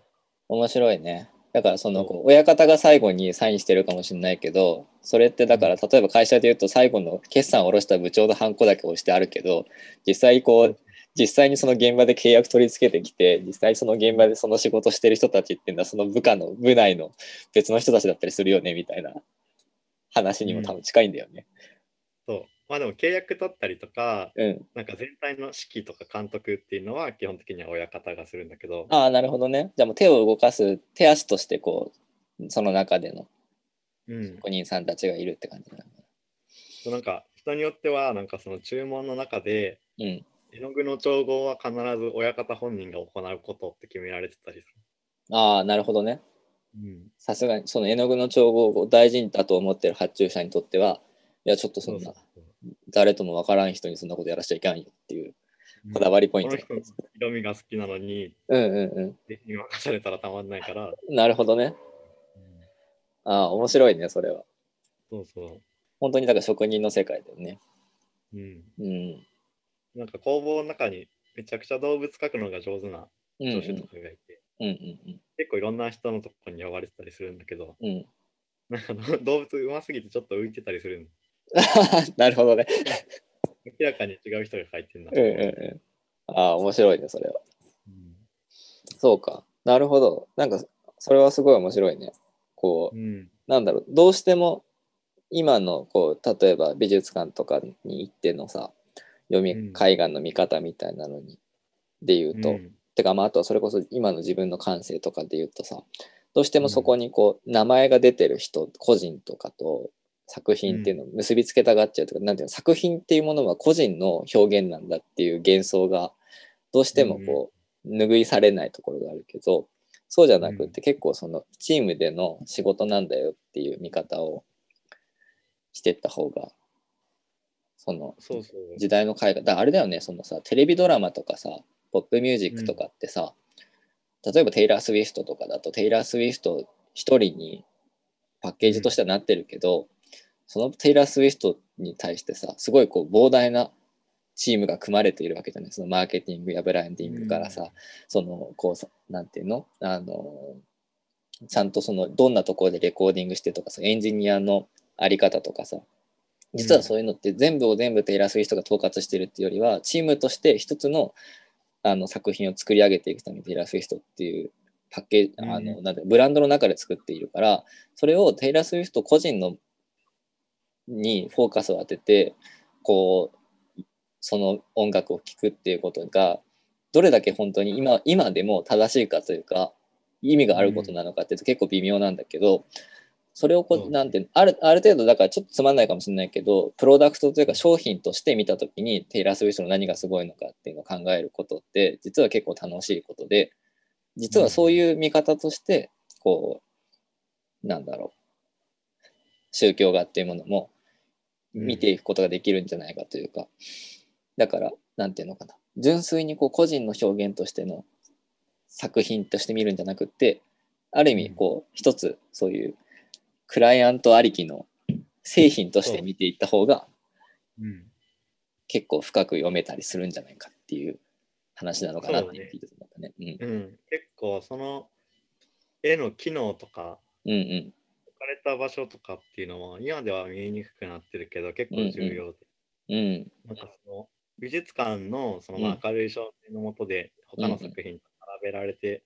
Speaker 2: 面白いね。だからそのこう親方が最後にサインしてるかもしれないけどそれってだから例えば会社で言うと最後の決算を下ろした部長のハンコだけ押してあるけど実際こ
Speaker 3: う
Speaker 2: うん実際にその現場で契約取り付けてきて実際その現場でその仕事してる人たちっていうのはその部下の部内の別の人たちだったりするよねみたいな話にも多分近いんだよね。
Speaker 3: そうまあでも契約取ったりとか
Speaker 2: うん、
Speaker 3: なんか全体の指揮とか監督っていうのは基本的には親方がするんだけど
Speaker 2: ああなるほどね。じゃあもう手を動かす手足としてこうその中での
Speaker 3: うん
Speaker 2: 職人さんたちがいるって感じなのか
Speaker 3: そうなんか人によってはなんかその注文の中で
Speaker 2: な。うん
Speaker 3: 絵の具の調合は必ず親方本人が行うことって決められてたりす
Speaker 2: ああ、なるほどね。
Speaker 3: る。
Speaker 2: さすがに、その絵の具の調合を大事だと思ってる発注者にとっては、いや、ちょっとそんな、誰ともわからん人にそんなことやらしちゃいけないよっていうこだ
Speaker 3: り
Speaker 2: わりポ
Speaker 3: ポ
Speaker 2: イントだった
Speaker 3: こ
Speaker 2: ん
Speaker 3: の
Speaker 2: で
Speaker 3: 人
Speaker 2: す。
Speaker 3: の色味が好きなのに、
Speaker 2: うんうん
Speaker 3: 弟子に任されたらたまんないから。
Speaker 2: うん。なるほどね。ああ、面白いね、それは。
Speaker 3: そうそ
Speaker 2: 本当に、だから職人の世界だよね。
Speaker 3: う。うん。
Speaker 2: うん。
Speaker 3: なんか工房の中にめちゃくちゃ動物描くのが上手な
Speaker 2: うんうん
Speaker 3: 助手とかがいて、
Speaker 2: うんうん
Speaker 3: 結構いろんな人のとこに呼ばれてたりするんだけど、
Speaker 2: うん。うん
Speaker 3: なんかど動物うますぎてちょっと浮いてたりするの。
Speaker 2: なるほどね。
Speaker 3: 明らかに違う人が描いてるんだ。
Speaker 2: うんうんうん。ああ、面白いね、それは。
Speaker 3: うん
Speaker 2: そうか。なるほど。なんか、それはすごい面白いね。こう、
Speaker 3: うん。
Speaker 2: なんだろうどうしても今のこう例えば美術館とかに行ってのさ読み、
Speaker 3: うん
Speaker 2: 海岸の見方みたいなのにで言うと、
Speaker 3: うん
Speaker 2: てかまああとはそれこそ今の自分の感性とかで言うとさどうしてもそこにこう名前が出てる人個人とかと作品っていうのを結びつけたがっちゃうとか、なんていうの作品っていうものは個人の表現なんだっていう幻想がどうしてもこう拭いされないところがあるけどそうじゃなくって結構そのチームでの仕事なんだよっていう見方をしてった方がその
Speaker 3: そうそう。
Speaker 2: 時代の絵画だからあれだよねそのさテレビドラマとかさポップミュージックとかってさ、例えばテイラー・スウィフトとかだとテイラー・スウィフト一人にパッケージとしてはなってるけど、そのテイラー・スウィフトに対してさすごいこう膨大なチームが組まれているわけじゃないそのマーケティングやブランディングからさ、
Speaker 3: うん
Speaker 2: そのこうさなんていうのあのちゃんとそのどんなところでレコーディングしてとかさエンジニアのあり方とかさ実はそういうのって全部を全部テイラー・スウィフトが統括してるっていうよりはチームとして一つのあの作品を作り上げていくためにテイラー・スウィフトっていうパッケージあの
Speaker 3: う
Speaker 2: なんだブランドの中で作っているからそれをテイラー・スウィフト個人のにフォーカスを当ててこうその音楽を聴くっていうことがどれだけ本当に今今でも正しいかというか意味があることなのかっていうと結構微妙なんだけど、それをこ
Speaker 3: そうう
Speaker 2: なんていうのあるある程度だからちょっとつまんないかもしれないけどプロダクトというか商品として見た時にテイラー・スウィフトの何がすごいのかっていうのを考えることって実は結構楽しいことで実はそういう見方としてこうなんだろう、宗教画っていうものも見ていくことができるんじゃないかというか、だから、なんていうのかな、純粋にこう個人の表現としての作品として見るんじゃなくって、ある意味、こう、一つ、そういうクライアントありきの製品として見ていった方が、
Speaker 3: うん。
Speaker 2: 結構深く読めたりするんじゃないかっていう話なのかなっていう気がするんだね。
Speaker 3: うん、結構その絵の機能とか
Speaker 2: うんうん
Speaker 3: 置かれた場所とかっていうのも今では見えにくくなってるけど結構重要で、
Speaker 2: うんうん
Speaker 3: なんかその美術館のその
Speaker 2: うん
Speaker 3: まあ明るい照明のもとで他の作品と並べられて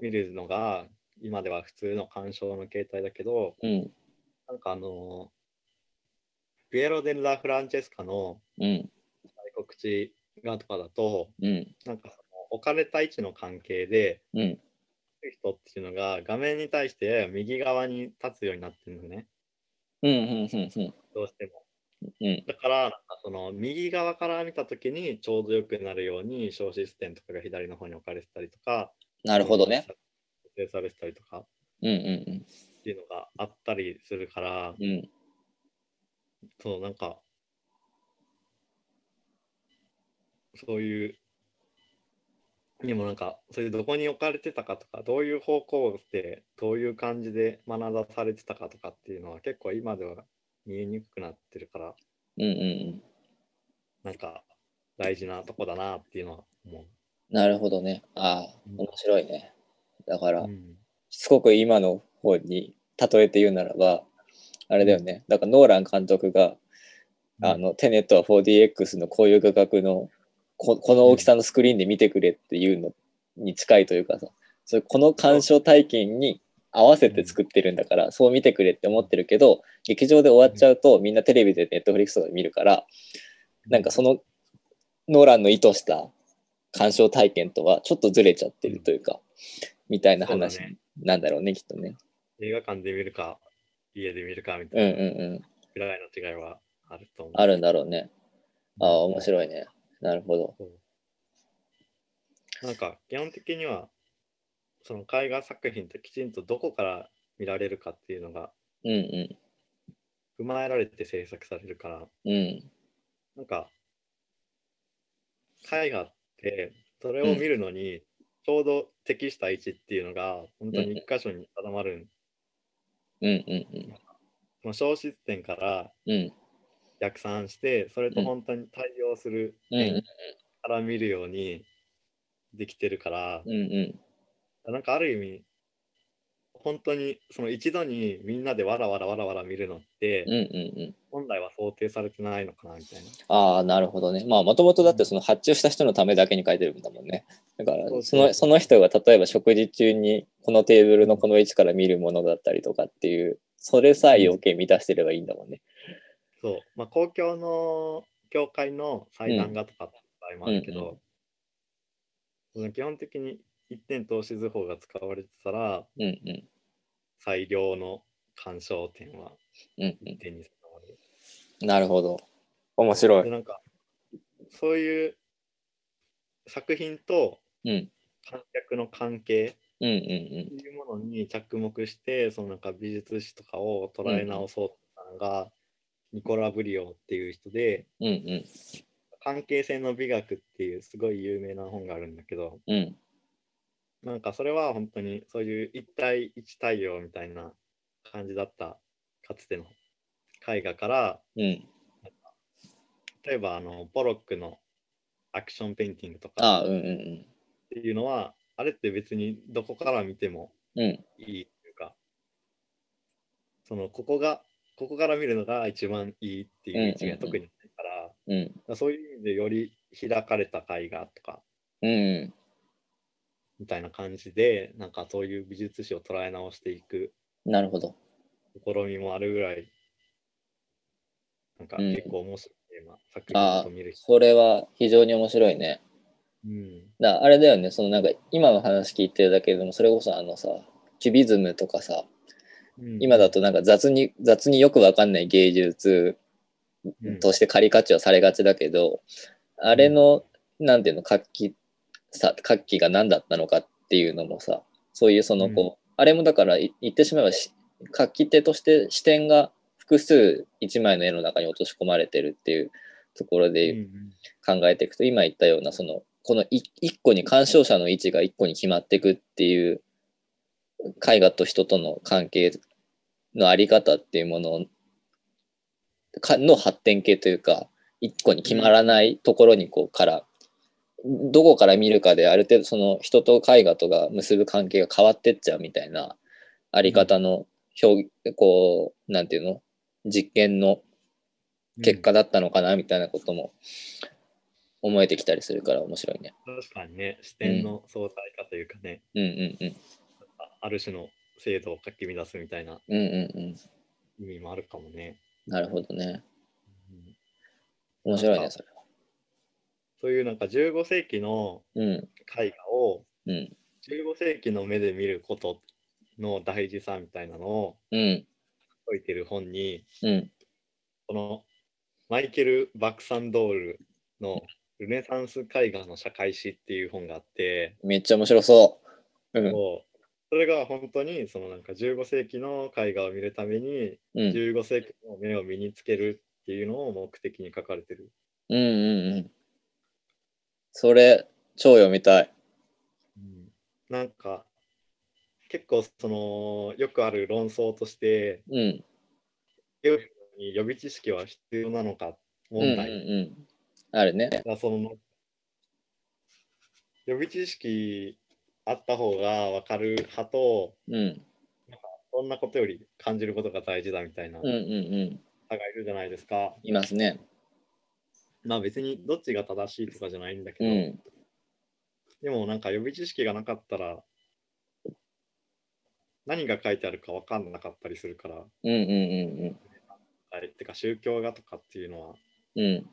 Speaker 3: 見るのが今では普通の鑑賞の形態だけど
Speaker 2: うん
Speaker 3: なんかあのピエロ・デ・ラ・フランチェスカの
Speaker 2: うん
Speaker 3: 外国地画とかだと
Speaker 2: うん
Speaker 3: なんかその置かれた位置の関係で
Speaker 2: うん
Speaker 3: 人っていうのが画面に対して右側に立つようになってるのね
Speaker 2: うんうんうんうん
Speaker 3: どうしても
Speaker 2: うん
Speaker 3: だからなんかその右側から見た時にちょうどよくなるように小システムとかが左の方に置かれてたりとか
Speaker 2: なるほどね。
Speaker 3: 固定されてたりとか
Speaker 2: うんうん
Speaker 3: っていうのがあったりするから
Speaker 2: うんうん
Speaker 3: そうなんかそういうでもなんかそういうどこに置かれてたかとかどういう方向でどういう感じで学ばされてたかとかっていうのは結構今では見えにくくなってるから
Speaker 2: うんうん
Speaker 3: なんか大事なとこだなっていうのは思
Speaker 2: なるほどね。ああ
Speaker 3: うん
Speaker 2: 面白いね。だか
Speaker 3: う。
Speaker 2: ら
Speaker 3: うん
Speaker 2: すごく今の方に例えて言うならばあれだよね。だからノーラン監督があのテネットは 4DX のこういう画角のここの大きさのスクリーンで見てくれっていうのに近いというかさそれこの鑑賞体験に合わせて作ってるんだからそう見てくれって思ってるけど劇場で終わっちゃうとみんなテレビでネットフリックスとかで見るからなんかそのノーランの意図した鑑賞体験とはちょっとずれちゃってるというかみたいな話
Speaker 3: そうだね
Speaker 2: なんだろうねきっとね。
Speaker 3: 映画館で見るか家で見るかみ
Speaker 2: うん
Speaker 3: た
Speaker 2: う
Speaker 3: いなん
Speaker 2: うん
Speaker 3: ぐらいの違いはあると思う。
Speaker 2: あるんだろうね。ああ面
Speaker 3: い。
Speaker 2: 白いね。なるほど。
Speaker 3: なんか基本的にはその絵画作品ってきちんとどこから見られるかっていうのが
Speaker 2: うんう
Speaker 3: 踏まえられて制作されるから
Speaker 2: んうん
Speaker 3: なんか絵画ってそれを見るのにちょうど適した位置っていうのが本当に一箇所に定まるん
Speaker 2: うんうん
Speaker 3: その小失点から
Speaker 2: うんうん
Speaker 3: 逆算してそれと本当に対応する面から見るようにできてるから、
Speaker 2: うんうん
Speaker 3: なんかある意味本当にその一度にみんなでわらわらわらわら見るのって
Speaker 2: うんうんうん
Speaker 3: 本来は想定されてないのかなみたいな。
Speaker 2: ああなるほどねまあもともとだってその発注した人のためだけに書いてるんだもんねだから
Speaker 3: そう
Speaker 2: そ
Speaker 3: そう
Speaker 2: のその人が例えば食事中にこのテーブルのこの位置から見るものだったりとかっていうそれさえ余計満たしてればいいんだもんね
Speaker 3: そう、まあ、公共の教会の祭壇画とかって場合もあるけ
Speaker 2: うんうんう
Speaker 3: ど、その基本的に一点投資図法が使われてたら
Speaker 2: うんうん
Speaker 3: 最良の鑑賞点は
Speaker 2: うん
Speaker 3: 一点に定まる。
Speaker 2: うんなるほど面白
Speaker 3: で
Speaker 2: い
Speaker 3: なんかそういう作品と
Speaker 2: うん
Speaker 3: 観客の関係
Speaker 2: うんうん
Speaker 3: っていうものに着目してそのなんか美術史とかを捉え直そうとしたのが、ニコラ・ブリオっていう人で
Speaker 2: うんうん
Speaker 3: 「関係性の美学」っていうすごい有名な本があるんだけど
Speaker 2: うんうん
Speaker 3: なんかそれは本当にそういう一対一対応みたいな感じだったかつての絵画から
Speaker 2: うん
Speaker 3: 例えばあのポロックのアクションペインティングとか
Speaker 2: ああうんうん
Speaker 3: っていうのはあれって別にどこから見ても
Speaker 2: うんうん
Speaker 3: いいというか、そのここが、ここから見るのが一番いいっていう位置
Speaker 2: う
Speaker 3: が
Speaker 2: んうんうん
Speaker 3: 特にないから、だか
Speaker 2: うん
Speaker 3: らそういう意味でより開かれた絵画とか
Speaker 2: うん
Speaker 3: みたいな感じで、なんかそういう美術史を捉え直していく
Speaker 2: なるほど
Speaker 3: 試みもあるぐらい、なんか
Speaker 2: うん
Speaker 3: 結構面白いテーマ、作
Speaker 2: あ
Speaker 3: 品
Speaker 2: あ
Speaker 3: を見る人。
Speaker 2: それは非常に面白いね
Speaker 3: うん。
Speaker 2: だあれだよねそのなんか今の話聞いてるだけでもそれこそあのさキュビズムとかさ
Speaker 3: うん
Speaker 2: 今だ、となんか雑に雑によくわかんない芸術
Speaker 3: うん
Speaker 2: としてカリカチュアされがちだけどあれのなんていうの活気さ活気が何だったのかっていうのもさそういうそのこう、あれもだからい言ってしまえばし書き手として視点が複数一枚の絵の中に落とし込まれてるっていうところで考えていくと、今言ったようなそのこのい一個に鑑賞者の位置が一個に決まっていくっていう絵画と人との関係のあり方っていうものかの発展系というか一個に決まらないところにこうからどこから見るかである程度その人と絵画とが結ぶ関係が変わってっちゃうみたいなあり方の表こうなんていうの実験の結果だったのかなみたいなことも思えてきたりするから面白いね。
Speaker 3: うん確かにね、視点の相対化というかね、
Speaker 2: うんうんうん
Speaker 3: あある種の制度をかき乱すみたいな
Speaker 2: うんうんうん。
Speaker 3: 意味もあるかもね。
Speaker 2: なるほどね。
Speaker 3: うん
Speaker 2: 面白い
Speaker 3: な
Speaker 2: ね
Speaker 3: んか
Speaker 2: それは。
Speaker 3: そういうなんか15世紀の
Speaker 2: うん
Speaker 3: 絵画を
Speaker 2: うん
Speaker 3: 15世紀の目で見ることの大事さみたいなのを
Speaker 2: うん
Speaker 3: 解いてる本に、
Speaker 2: うん
Speaker 3: このマイケル・バクサンドールのルネサンス絵画の社会史っていう本があって、
Speaker 2: めっちゃ面白そう。うん
Speaker 3: こうそれが本当にそのなんか15世紀の絵画を見るために
Speaker 2: うん
Speaker 3: 15世紀の目を身につけるっていうのを目的に書かれてる。
Speaker 2: うんうんうん。それ超読みたい。
Speaker 3: なんか結構そのよくある論争として
Speaker 2: うん
Speaker 3: 絵を描くのに予備知識は必要なのか
Speaker 2: うんうん
Speaker 3: 問題
Speaker 2: うん。あるね。
Speaker 3: がその、予備知識あった方が分かる派と
Speaker 2: うん
Speaker 3: そんなことより感じることが大事だみたいな
Speaker 2: うんうん
Speaker 3: 派
Speaker 2: うん。
Speaker 3: がいるじゃないですか。
Speaker 2: いますね。
Speaker 3: まあ別にどっちが正しいとかじゃないんだけ
Speaker 2: う
Speaker 3: ど、
Speaker 2: ん
Speaker 3: でもなんか予備知識がなかったら何が書いてあるか分かんなかったりするから、
Speaker 2: うんうんうん
Speaker 3: あれってか宗教画とかっていうのは、
Speaker 2: うん。うん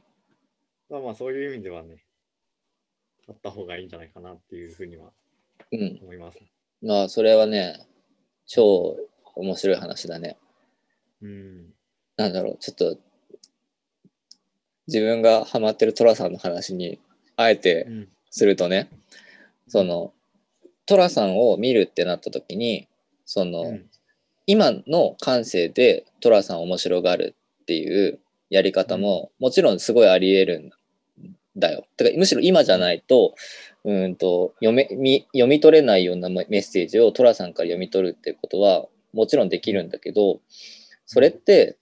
Speaker 3: まあまあそういう意味ではね、あった方がいいんじゃないかなっていうふうには
Speaker 2: うん。
Speaker 3: 思います。
Speaker 2: まあそれはね、超面白い話だね。
Speaker 3: うん。
Speaker 2: なんだろう、ちょっと自分がハマってるトラさんの話にあえて
Speaker 3: うん。
Speaker 2: するとね、そのトラさんを見るってなった時に、その、
Speaker 3: うん
Speaker 2: 今の感性でトラさん面白がるっていうやり方ももちろんすごいあり得るんだよ。てかむしろ今じゃないとうーんと読めみ読み取れないようなメメッセージをトラさんから読み取るっていうことはもちろんできるんだけどそれって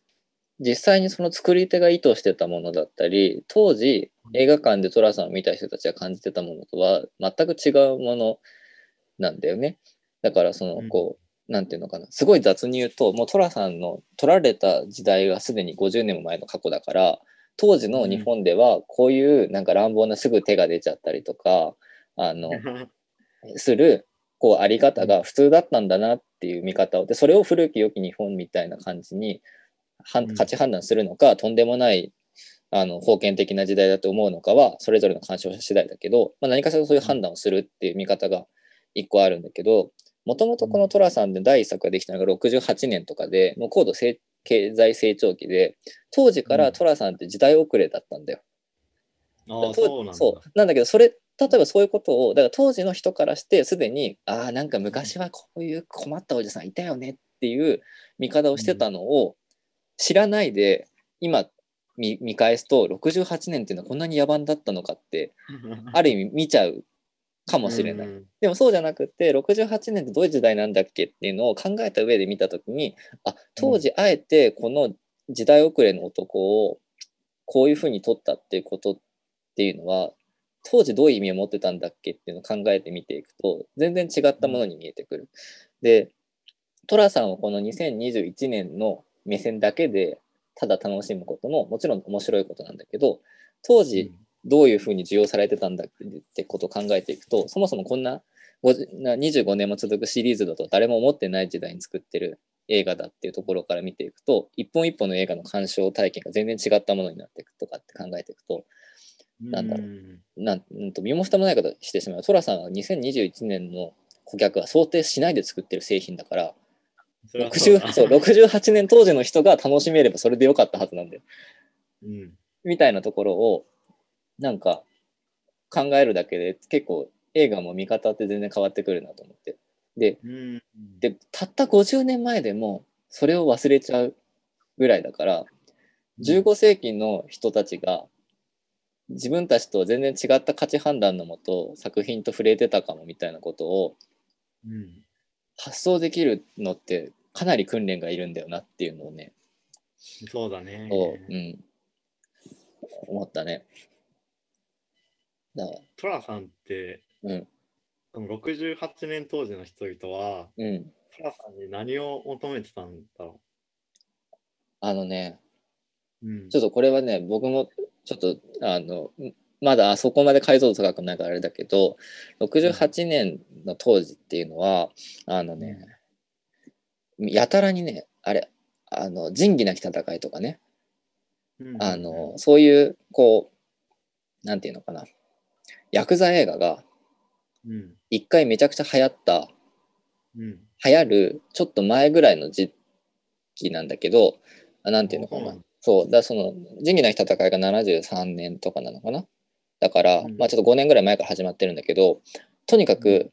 Speaker 2: 実際にその作り手が意図してたものだったり当時映画館でトラさんを見た人たちが感じてたものとは全く違うものなんだよね。だからそのこう、なんていうのかなすごい雑に言うともう寅さんの取られた時代がすでに50年も前の過去だから当時の日本ではこういうなんか乱暴なすぐ手が出ちゃったりとかあのするこうあり方が普通だったんだなっていう見方をでそれを古き良き日本みたいな感じには
Speaker 3: うん
Speaker 2: ん価値判断するのかとんでもないあの封建的な時代だと思うのかはそれぞれの鑑賞者次第だけど、まあ、何かしらそういう判断をするっていう見方が一個あるんだけどもともとこの寅さんで第一作ができたのが68年とかでもう高度成経済成長期で当時から寅さんって時代遅れだったんだよ。
Speaker 3: あ
Speaker 2: と
Speaker 3: あ、そうなんだ。
Speaker 2: そうなんだけどそれ例えばそういうことをだから当時の人からしてすでにああなんか昔はこういう困ったおじさんいたよねっていう見方をしてたのを知らないで今見見返すと68年っていうのはこんなに野蛮だったのかってある意味見ちゃうかもしれない。
Speaker 3: うん
Speaker 2: でもそうじゃなくて68年ってどういう時代なんだっけっていうのを考えた上で見た時にあ当時あえてこの時代遅れの男をこういうふうに撮ったっていうことっていうのは当時どういう意味を持ってたんだっけっていうのを考えて見ていくと全然違ったものに見えてくる。で寅さんをこの2021年の目線だけでただ楽しむことももちろん面白いことなんだけど当時どういうふうに需要されてたんだってことを考えていくとそもそもこんな50な25年も続くシリーズだと誰も思ってない時代に作ってる映画だっていうところから見ていくと一本一本の映画の鑑賞体験が全然違ったものになっていくとかって考えていくとなんだろなんうんと身も蓋もないことしてしまう寅さんは2021年の顧客は想定しないで作ってる製品だから
Speaker 3: それはそうだ
Speaker 2: 60そう68年当時の人が楽しめればそれでよかったはずなんだよ
Speaker 3: うん
Speaker 2: みたいなところをなんか考えるだけで結構映画も見方って全然変わってくるなと思ってで
Speaker 3: うん。
Speaker 2: でたった50年前でもそれを忘れちゃうぐらいだから15世紀の人たちが自分たちと全然違った価値判断のもと作品と触れてたかもみたいなことを
Speaker 3: うん。
Speaker 2: 発想できるのってかなり訓練がいるんだよなっていうのをね
Speaker 3: そうだね。
Speaker 2: そう、うん、思ったね。だから
Speaker 3: トラさんって、
Speaker 2: うん、
Speaker 3: その68年当時の人々は、
Speaker 2: うん。
Speaker 3: トラさんに何を求めてたんだろ
Speaker 2: あのね、
Speaker 3: う。うん
Speaker 2: ちょっとこれはね、僕もちょっと、あの、まだあそこまで解像度高くないからあれだけど、68年の当時っていうのは、あのね、やたらにね、あれ、あの、仁義なき戦いとかね、
Speaker 3: うん
Speaker 2: あの、、そういう、こう、なんていうのかな、ヤクザ映画が
Speaker 3: うん。
Speaker 2: 一回めちゃくちゃ流行った、
Speaker 3: うん。
Speaker 2: 流行るちょっと前ぐらいの時期なんだけどあなんていうのか
Speaker 3: そう
Speaker 2: な
Speaker 3: なんだ
Speaker 2: そうだからその仁義なき戦いが73年とかなのかなだから、
Speaker 3: うん
Speaker 2: まあちょっと5年ぐらい前から始まってるんだけどとにかく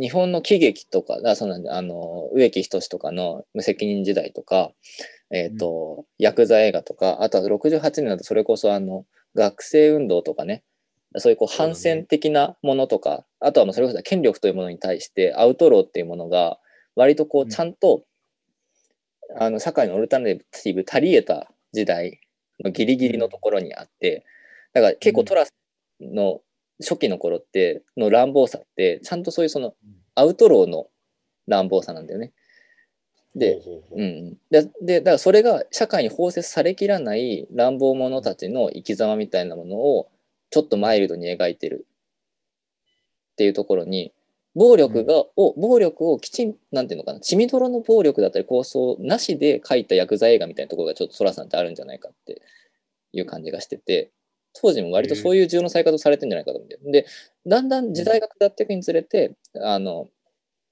Speaker 2: 日本の喜劇とかだからそのあの植木仁とかの無責任時代とか、えーとヤクザ映画とかあとは68年だとそれこそあの学生運動とかねそういうこう
Speaker 3: そうだね
Speaker 2: 反戦的なものとか、あとはもうそれこそ権力というものに対してアウトローっていうものが割とこ
Speaker 3: う
Speaker 2: うんちゃんと、あの社会のオルタナティブたり得た時代のギリギリのところにあってだから結構トラスの初期の頃っての乱暴さってちゃんとそういうそのアウトローの乱暴さなんだよね。で、
Speaker 3: ほうほうほう
Speaker 2: うんうん、ででだからそれが社会に包摂されきらない乱暴者たちの生き様みたいなものをちょっとマイルドに描いてるっていうところに暴力が、を暴力をきちんなんていうのかな血みどろの暴力だったり構想なしで描いたヤクザ映画みたいなところがちょっとソラさんってあるんじゃないかっていう感じがしてて当時も割とそういう銃の再活をされてんじゃないかと思うんだよ。でだんだん時代が下っていくにつれてあの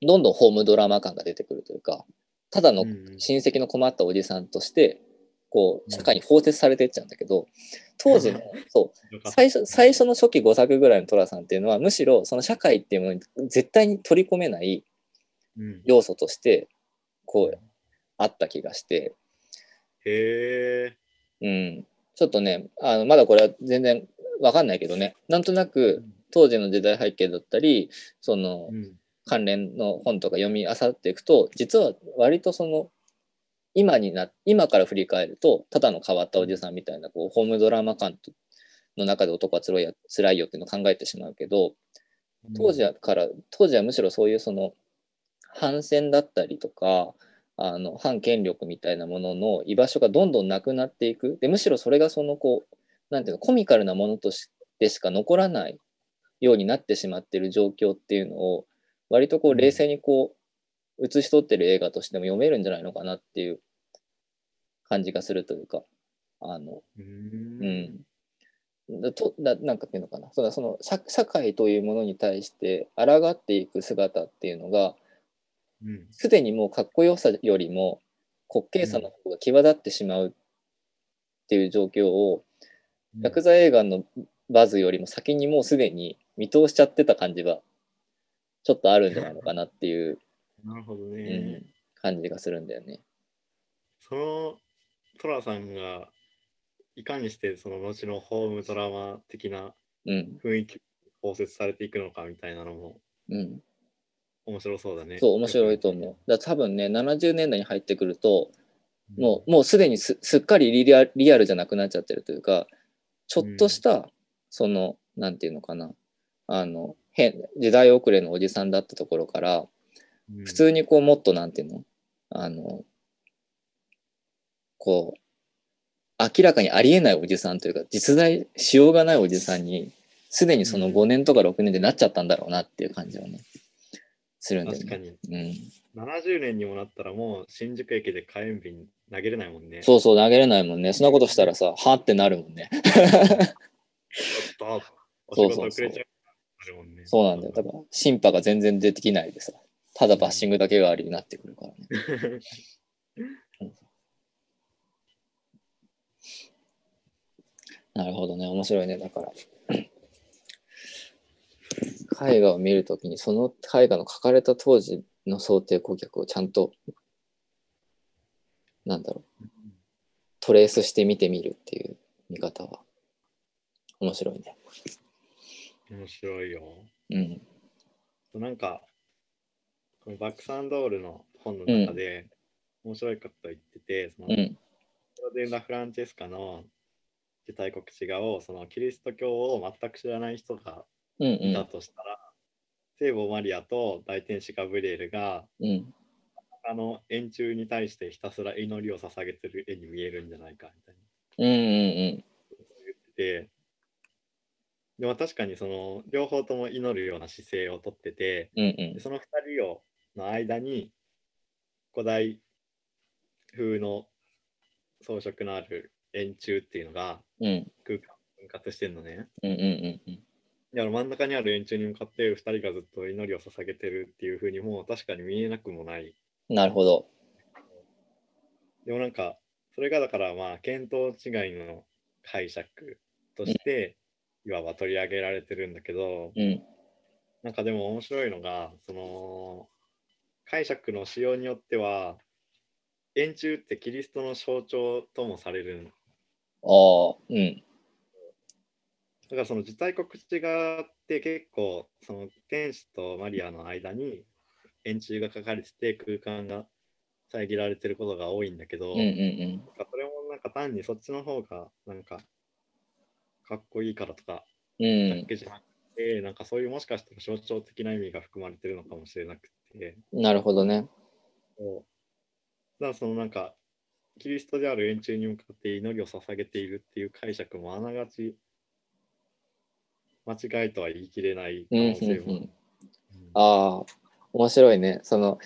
Speaker 2: どんどんホームドラマ感が出てくるというかただの
Speaker 3: うん
Speaker 2: 親戚の困ったおじさんとしてこう社会に包摂されていっちゃうんだけど当時のそ
Speaker 3: よ
Speaker 2: う
Speaker 3: かった
Speaker 2: 最初最初の初期5作ぐらいの寅さんっていうのはむしろその社会っていうものに絶対に取り込めない
Speaker 3: うん
Speaker 2: 要素としてこうあった気がして、
Speaker 3: へえ。
Speaker 2: うん、ちょっとねあのまだこれは全然わかんないけどねなんとなく当時の時代背景だったりその、
Speaker 3: うん
Speaker 2: 関連の本とか読み漁っていくと実は割とその今にな今から振り返るとただの変わったおじさんみたいなこうホームドラマ感との中で男はつらいや辛いよっていうのを考えてしまうけど当時はから当時はむしろそういうその反戦だったりとかあの反権力みたいなものの居場所がどんどんなくなっていくでむしろそれがそのこうなんていうのコミカルなものとしてしか残らないようになってしまっている状況っていうのを割とこう
Speaker 3: うん
Speaker 2: 冷静にこう写し取ってる映画としても読めるんじゃないのかなっていう感じがするというかあの
Speaker 3: う。
Speaker 2: うんんだとだなんかっていうのかなそうだその社社会というものに対して抗っていく姿っていうのが
Speaker 3: うん。
Speaker 2: すでにもうかっこよさよりも滑稽さの方が際立ってしまうっていう状況を、ヤクザ映画のバズよりも先にもうすでに見通しちゃってた感じはちょっとあるんじゃないのかなっていう、
Speaker 3: なるほど
Speaker 2: う
Speaker 3: ね
Speaker 2: ん。、感じがするんだよね。
Speaker 3: そのトラさんがいかにしてその後のホームドラマ的な
Speaker 2: うん
Speaker 3: 雰囲気を包摂されていくのかみたいなのも
Speaker 2: うん
Speaker 3: 面白そうだね。
Speaker 2: そう面白いと思う。だから多分ね70年代に入ってくると
Speaker 3: うん。
Speaker 2: もうもうすでにすすっかりリアリアルじゃなくなっちゃってるというかちょっとした、そのなんていうのかなあの変時代遅れのおじさんだったところから
Speaker 3: うん
Speaker 2: 普通にこうもっとなんていうのあのこう明らかにありえないおじさんというか実在しようがないおじさんにすでにその
Speaker 3: うん
Speaker 2: 5年とか6年でなっちゃったんだろうなっていう感じはねするんだよ
Speaker 3: 確か
Speaker 2: ね。
Speaker 3: に
Speaker 2: うん
Speaker 3: 70年にもなったらもう新宿駅で火炎瓶投げれないもんね。
Speaker 2: そうそう投げれないもんねそんなことしたらさはってなるもんね。
Speaker 3: ちょっとお
Speaker 2: そうそ
Speaker 3: 仕事
Speaker 2: うそう
Speaker 3: 遅れちゃうあるもんね。
Speaker 2: そうなんだよ。だから、審判が全然出てきないでさ、ただバッシングだけがありになってくるからね。なるほどね、面白いね、だから。絵画を見るときに、その絵画の描かれた当時の想定顧客をちゃんとなんだろうトレースして見てみるっていう見方は面白いね。
Speaker 3: 面白いよ。
Speaker 2: うん
Speaker 3: なんか、このバックサンドールの本の中で、面白いこと言ってて、その、
Speaker 2: うん
Speaker 3: プロデン・ラ・フランチェスカの受胎国史画を、そのキリスト教を全く知らない人が
Speaker 2: うん
Speaker 3: いたとしたら、聖母マリアと大天使ガブリエルが、
Speaker 2: うんうん
Speaker 3: あの円柱に対してひたすら祈りを捧げてる絵に見えるんじゃないかみたいな
Speaker 2: うんうん
Speaker 3: 言ってて、でも確かにその両方とも祈るような姿勢をとってて、
Speaker 2: うんうん
Speaker 3: でその2人をの間に古代風の装飾のある円柱っていうのが
Speaker 2: うんうん
Speaker 3: 空間分割してるのね。
Speaker 2: うんうんうん
Speaker 3: だから真ん中にある円柱に向かって2人がずっと祈りを捧げてるっていう風にも確かに見えなくもない。
Speaker 2: なるほど。
Speaker 3: でもなんかそれがだからまあ見当違いの解釈としていわば取り上げられてるんだけど
Speaker 2: うん
Speaker 3: なんかでも面白いのがその解釈の仕様によっては円柱ってキリストの象徴ともされる
Speaker 2: ああうん
Speaker 3: だからその受胎告知があって結構その天使とマリアの間に円柱が書かれてて空間が遮られてることが多いんだけど、
Speaker 2: うんうん
Speaker 3: なんかそれもなんか単にそっちの方がなんかかっこいいからとか
Speaker 2: うんう
Speaker 3: だ
Speaker 2: ん
Speaker 3: けじゃなくて、なんかそういうもしかしたら象徴的な意味が含まれてるのかもしれなくて
Speaker 2: なるほどね。
Speaker 3: こうだからそのなんかキリストである円柱に向かって祈りを捧げているっていう解釈もあながち間違いとは言い切れない可
Speaker 2: うん
Speaker 3: 能
Speaker 2: うん
Speaker 3: 性
Speaker 2: う
Speaker 3: も
Speaker 2: ん。ああ面白いねその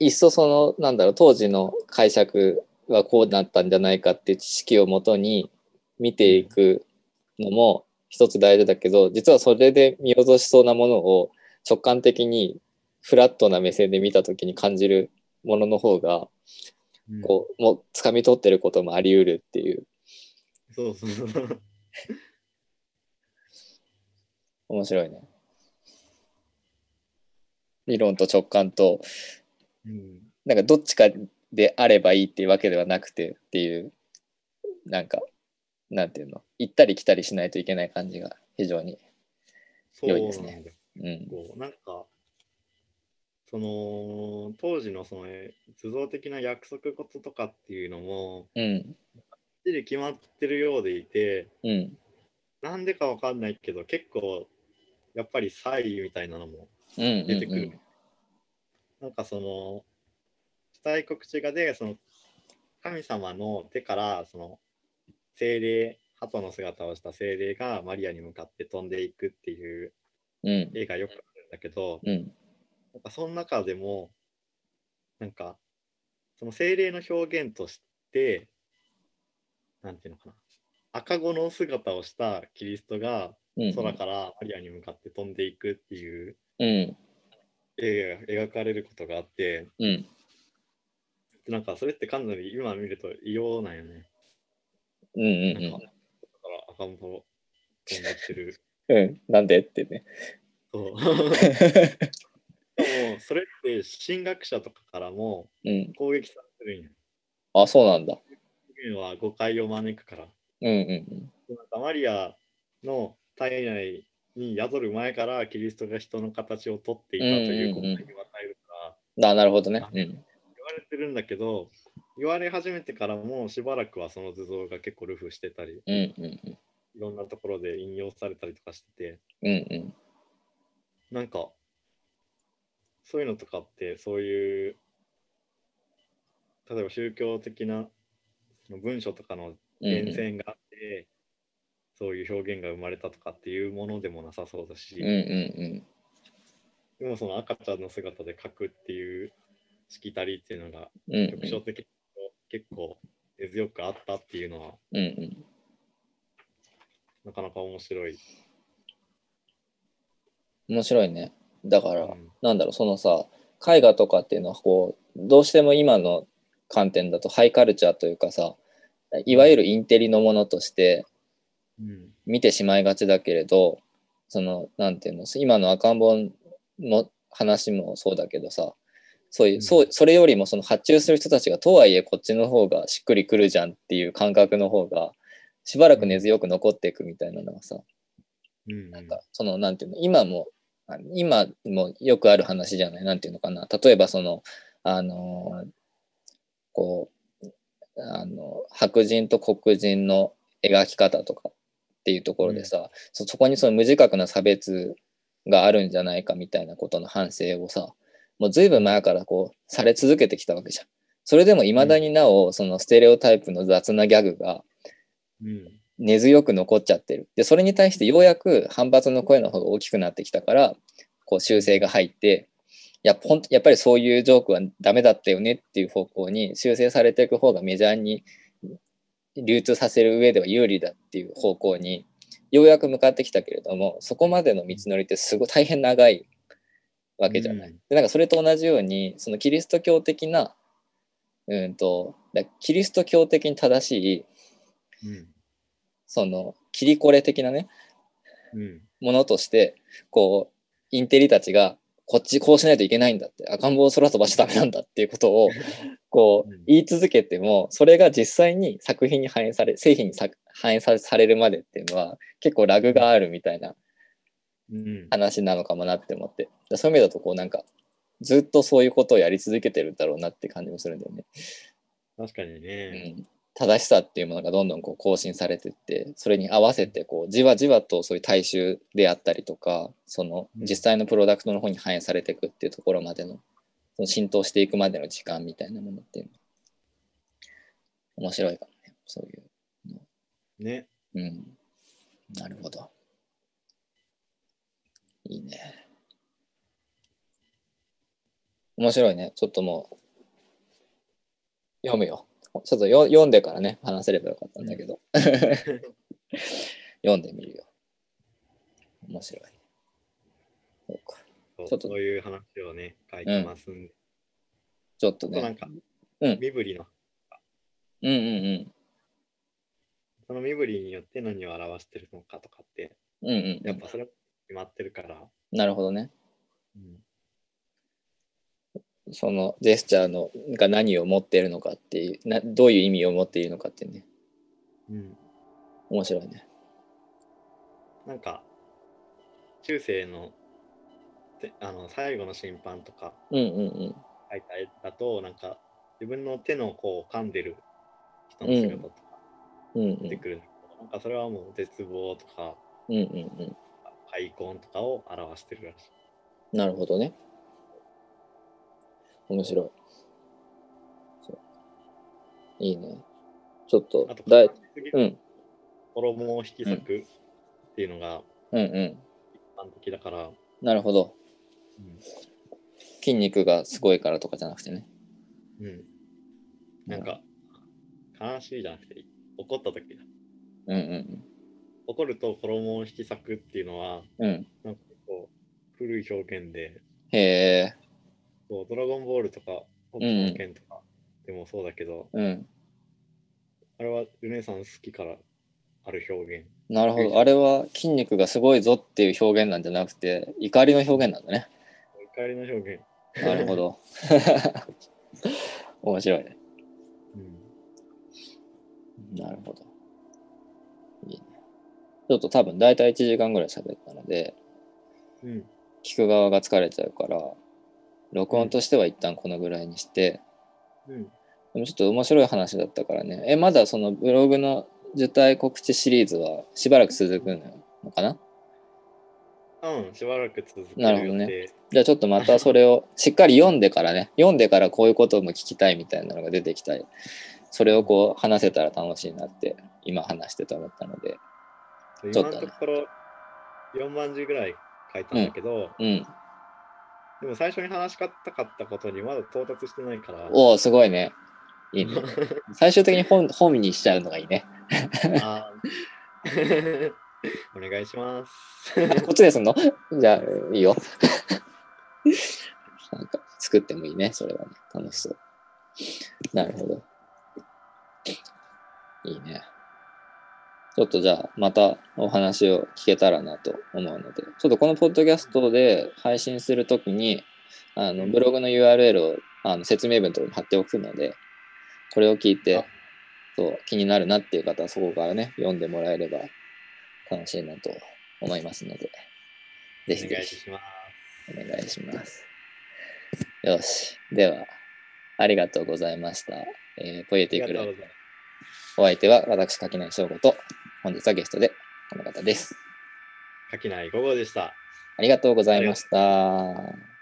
Speaker 2: いっそそのなんだろう当時の解釈はこうだったんじゃないかっていう知識をもとに見ていくのも一つ大事だけど実はそれで見落としそうなものを直感的にフラットな目線で見た時に感じるものの方が
Speaker 3: うん
Speaker 2: こうもう掴み取ってることもあり得るっていう
Speaker 3: そうそうそう
Speaker 2: 面白いね。理論と直感と
Speaker 3: うん
Speaker 2: なんかどっちかであればいいっていうわけではなくてっていうなんかなんていうの行ったり来たりしないといけない感じが非常に
Speaker 3: そう
Speaker 2: 良い
Speaker 3: なん
Speaker 2: ですね
Speaker 3: だよ
Speaker 2: うん
Speaker 3: こうなんかその当時のそのえ図像的な約束事とかっていうのも
Speaker 2: うん
Speaker 3: きっちり決まってるようでいて
Speaker 2: うん
Speaker 3: なんでかわかんないけど結構やっぱり差異みたいなのも
Speaker 2: うんうん
Speaker 3: 出てく
Speaker 2: う
Speaker 3: る、
Speaker 2: ん
Speaker 3: なんかその大国知画でその神様の手からその精霊鳩の姿をした精霊がマリアに向かって飛んでいくっていう
Speaker 2: うん
Speaker 3: 絵がよくあるんだけど、
Speaker 2: うん
Speaker 3: なんかその中でも、なんか、その精霊の表現として、なんていうのかな、赤子の姿をしたキリストが
Speaker 2: うん
Speaker 3: 空からマリアに向かって飛んでいくっていう
Speaker 2: うん
Speaker 3: 絵が描かれることがあって、
Speaker 2: うん
Speaker 3: でなんかそれってかなり今見ると異様なんよね。
Speaker 2: うん
Speaker 3: なん
Speaker 2: う
Speaker 3: か、
Speaker 2: ん
Speaker 3: だから赤ん坊飛んできて る。
Speaker 2: うんなんでってね
Speaker 3: そう。でも、それって神学者とかからも
Speaker 2: うん
Speaker 3: 攻撃されてるんよ。
Speaker 2: あそうなんだ
Speaker 3: 表現は誤解を招くから。
Speaker 2: うんうん
Speaker 3: なんかマリアの体内に宿る前からキリストが人の形をとっていたということに与えるから
Speaker 2: うんあなるほどねうん
Speaker 3: 言われてるんだけど言われ始めてからもしばらくはその図像が結構ルフしてたり
Speaker 2: うんうんうん
Speaker 3: いろんなところで引用されたりとかしてて
Speaker 2: うんうん
Speaker 3: なんかそういうのとかってそういう例えば宗教的なその文書とかの
Speaker 2: うん
Speaker 3: 源泉があって、そういう表現が生まれたとかっていうものでもなさそうだし、
Speaker 2: うんうん
Speaker 3: でもその赤ちゃんの姿で描くっていうしきたりっていうのが
Speaker 2: うんうん
Speaker 3: 局所的に結構根強くあったっていうのは
Speaker 2: うんうん
Speaker 3: なかなか面白い。
Speaker 2: 面白いねだから
Speaker 3: うん
Speaker 2: なんだろうそのさ絵画とかっていうのはこうどうしても今の観点だとハイカルチャーというかさいわゆるインテリのものとして
Speaker 3: うん
Speaker 2: 見てしまいがちだけれどそのなんていうの今の赤ん坊の話もそうだけどさそういう、そうそれよりもその発注する人たちがとはいえこっちの方がしっくりくるじゃんっていう感覚の方がしばらく根強く残っていくみたいなのがさ
Speaker 3: うん
Speaker 2: なんかそのなんていうの今もあ今もよくある話じゃないなんていうのかな例えばそのあのーこうあの白人と黒人の描き方とかっていうところでさ、そそこにその無自覚な差別があるんじゃないかみたいなことの反省をさもう随分前からこうされ続けてきたわけじゃん。それでもいまだになおそのステレオタイプの雑なギャグが
Speaker 3: うん
Speaker 2: 根強く残っちゃってる。で、それに対してようやく反発の声の方が大きくなってきたから、こう修正が入って、やほんやっぱりそういうジョークはダメだったよねっていう方向に修正されていく方がメジャーに流通させる上では有利だっていう方向にようやく向かってきたけれどもそこまでの道のりってすごい大変長いわけじゃない。
Speaker 3: うん
Speaker 2: でなんかそれと同じようにそのキリスト教的なうんとだキリスト教的に正しい
Speaker 3: うん
Speaker 2: その切りこれ的なね
Speaker 3: うん
Speaker 2: ものとしてこうインテリたちがこっちこうしないといけないんだって赤ん坊を空飛ばしちゃダメなんだっていうことをこう
Speaker 3: うん
Speaker 2: 言い続けてもそれが実際に作品に反映され製品にさ反映さされるまでっていうのは結構ラグがあるみたいな
Speaker 3: うん
Speaker 2: 話なのかもなって思ってだからそういう意味だとこうなんかずっとそういうことをやり続けてるんだろうなって感じもするんだよね。
Speaker 3: 確かに
Speaker 2: う
Speaker 3: ね。
Speaker 2: ん正しさっていうものがどんどんこう更新されてってそれに合わせてこうじわじわとそういう大衆であったりとかその
Speaker 3: うん
Speaker 2: 実際のプロダクトの方に反映されていくっていうところまでのその浸透していくまでの時間みたいなものっていうのは面白いかもねそういう。
Speaker 3: ね。
Speaker 2: うん、なるほど。いいね。面白いね。ちょっともう、読むよ。ちょっとよ読んでからね、話せればよかったんだけど。 読んでみるよ。面白い。そうか
Speaker 3: そう
Speaker 2: ちょっと
Speaker 3: そういう話をね、書いてますんで。
Speaker 2: ちょっと
Speaker 3: ちょっとなん
Speaker 2: ね。
Speaker 3: か、
Speaker 2: うん
Speaker 3: 身振りの、
Speaker 2: うんうん
Speaker 3: その身振りによって何を表してるのかとかって、
Speaker 2: うん。うんうん、
Speaker 3: やっぱそれも決まってるから、
Speaker 2: なるほどね。
Speaker 3: うん
Speaker 2: そのジェスチャーのが何を持っているのかっていうな、どういう意味を持っているのかっていうね、
Speaker 3: うん
Speaker 2: 面白いね。
Speaker 3: なんか、中世のてあの最後の審判とか
Speaker 2: うんうんうん。
Speaker 3: 書いた絵だと、なんか、自分の手のこう噛んでる人の姿とか
Speaker 2: うんうん
Speaker 3: 出てくるんだけど、なんかそれはもう絶望とか、
Speaker 2: うんうんう
Speaker 3: 開墾とかを表してるらしい。
Speaker 2: ん。なるほどね。面白い。そういいね。ちょっと
Speaker 3: あと、
Speaker 2: だい、
Speaker 3: 次
Speaker 2: うん、
Speaker 3: 衣を引き裂くっていうのが
Speaker 2: うんうん。
Speaker 3: 一般的だから、
Speaker 2: なるほど。
Speaker 3: うん
Speaker 2: 筋肉がすごいからとかじゃなくてね。
Speaker 3: うん。なんか、悲しいじゃなくて、怒った時だ。
Speaker 2: うんうん
Speaker 3: 怒ると衣を引き裂くっていうのは、
Speaker 2: うん。うん。
Speaker 3: なんかこう、古い表現で、
Speaker 2: へえ。
Speaker 3: そうドラゴンボールとか、北斗の剣とかでもそうだけど、
Speaker 2: うん。
Speaker 3: あれはルネさん好きからある表現。
Speaker 2: なるほど。あれは筋肉がすごいぞっていう表現なんじゃなくて、怒りの表現なんだね。
Speaker 3: 怒りの表現。
Speaker 2: なるほ ど。面白いね。
Speaker 3: うん。
Speaker 2: なるほど。いいね。ちょっと多分大体1時間ぐらい喋ったので、
Speaker 3: うん。
Speaker 2: 聞く側が疲れちゃうから、録音としては一旦このぐらいにして、
Speaker 3: うん。
Speaker 2: でもちょっと面白い話だったからね。え、まだそのブログの受胎告知シリーズはしばらく続くのかな
Speaker 3: うん、しばらく続け
Speaker 2: なる
Speaker 3: る
Speaker 2: ほど
Speaker 3: 予
Speaker 2: ね
Speaker 3: 定。
Speaker 2: じゃあちょっとまたそれをしっかり読んでからね、読んでからこういうことも聞きたいみたいなのが出てきたり、それをこう話せたら楽しいなって今話してて思ったので、
Speaker 3: そう
Speaker 2: ちょっ
Speaker 3: 今
Speaker 2: とね
Speaker 3: のところ、4万字ぐらい書いたんだけど、
Speaker 2: うん。
Speaker 3: でも最初に話しかったかったことにまだ到達してないから、
Speaker 2: おお、すごいね。いいね。最終的に本本にしちゃうのがいいね。
Speaker 3: あー お願いします。
Speaker 2: こっちですんのじゃあ、いいよ。なんか、作ってもいいね、それはね。楽しそう。なるほど。いいね。ちょっとじゃあ、またお話を聞けたらなと思うので、ちょっとこのポッドキャストで配信するときに、あの
Speaker 3: うん
Speaker 2: ブログの URL をあの説明文のとかに貼っておくので、これを聞いて
Speaker 3: あ、
Speaker 2: そう、気になるなっていう方はそこからね、読んでもらえれば楽しいなと思いますので、ぜひ
Speaker 3: お願
Speaker 2: ぜ
Speaker 3: い
Speaker 2: ひ
Speaker 3: します。
Speaker 2: お願いします。よし。では、ありがとうございました。えーポイエ
Speaker 3: あり
Speaker 2: ティ
Speaker 3: が
Speaker 2: ク
Speaker 3: とうご
Speaker 2: ル
Speaker 3: ざいます。
Speaker 2: お相手は私、垣内翔吾と、本日はゲストでこの方です。
Speaker 3: 垣内午後でした。
Speaker 2: ありがとうございました。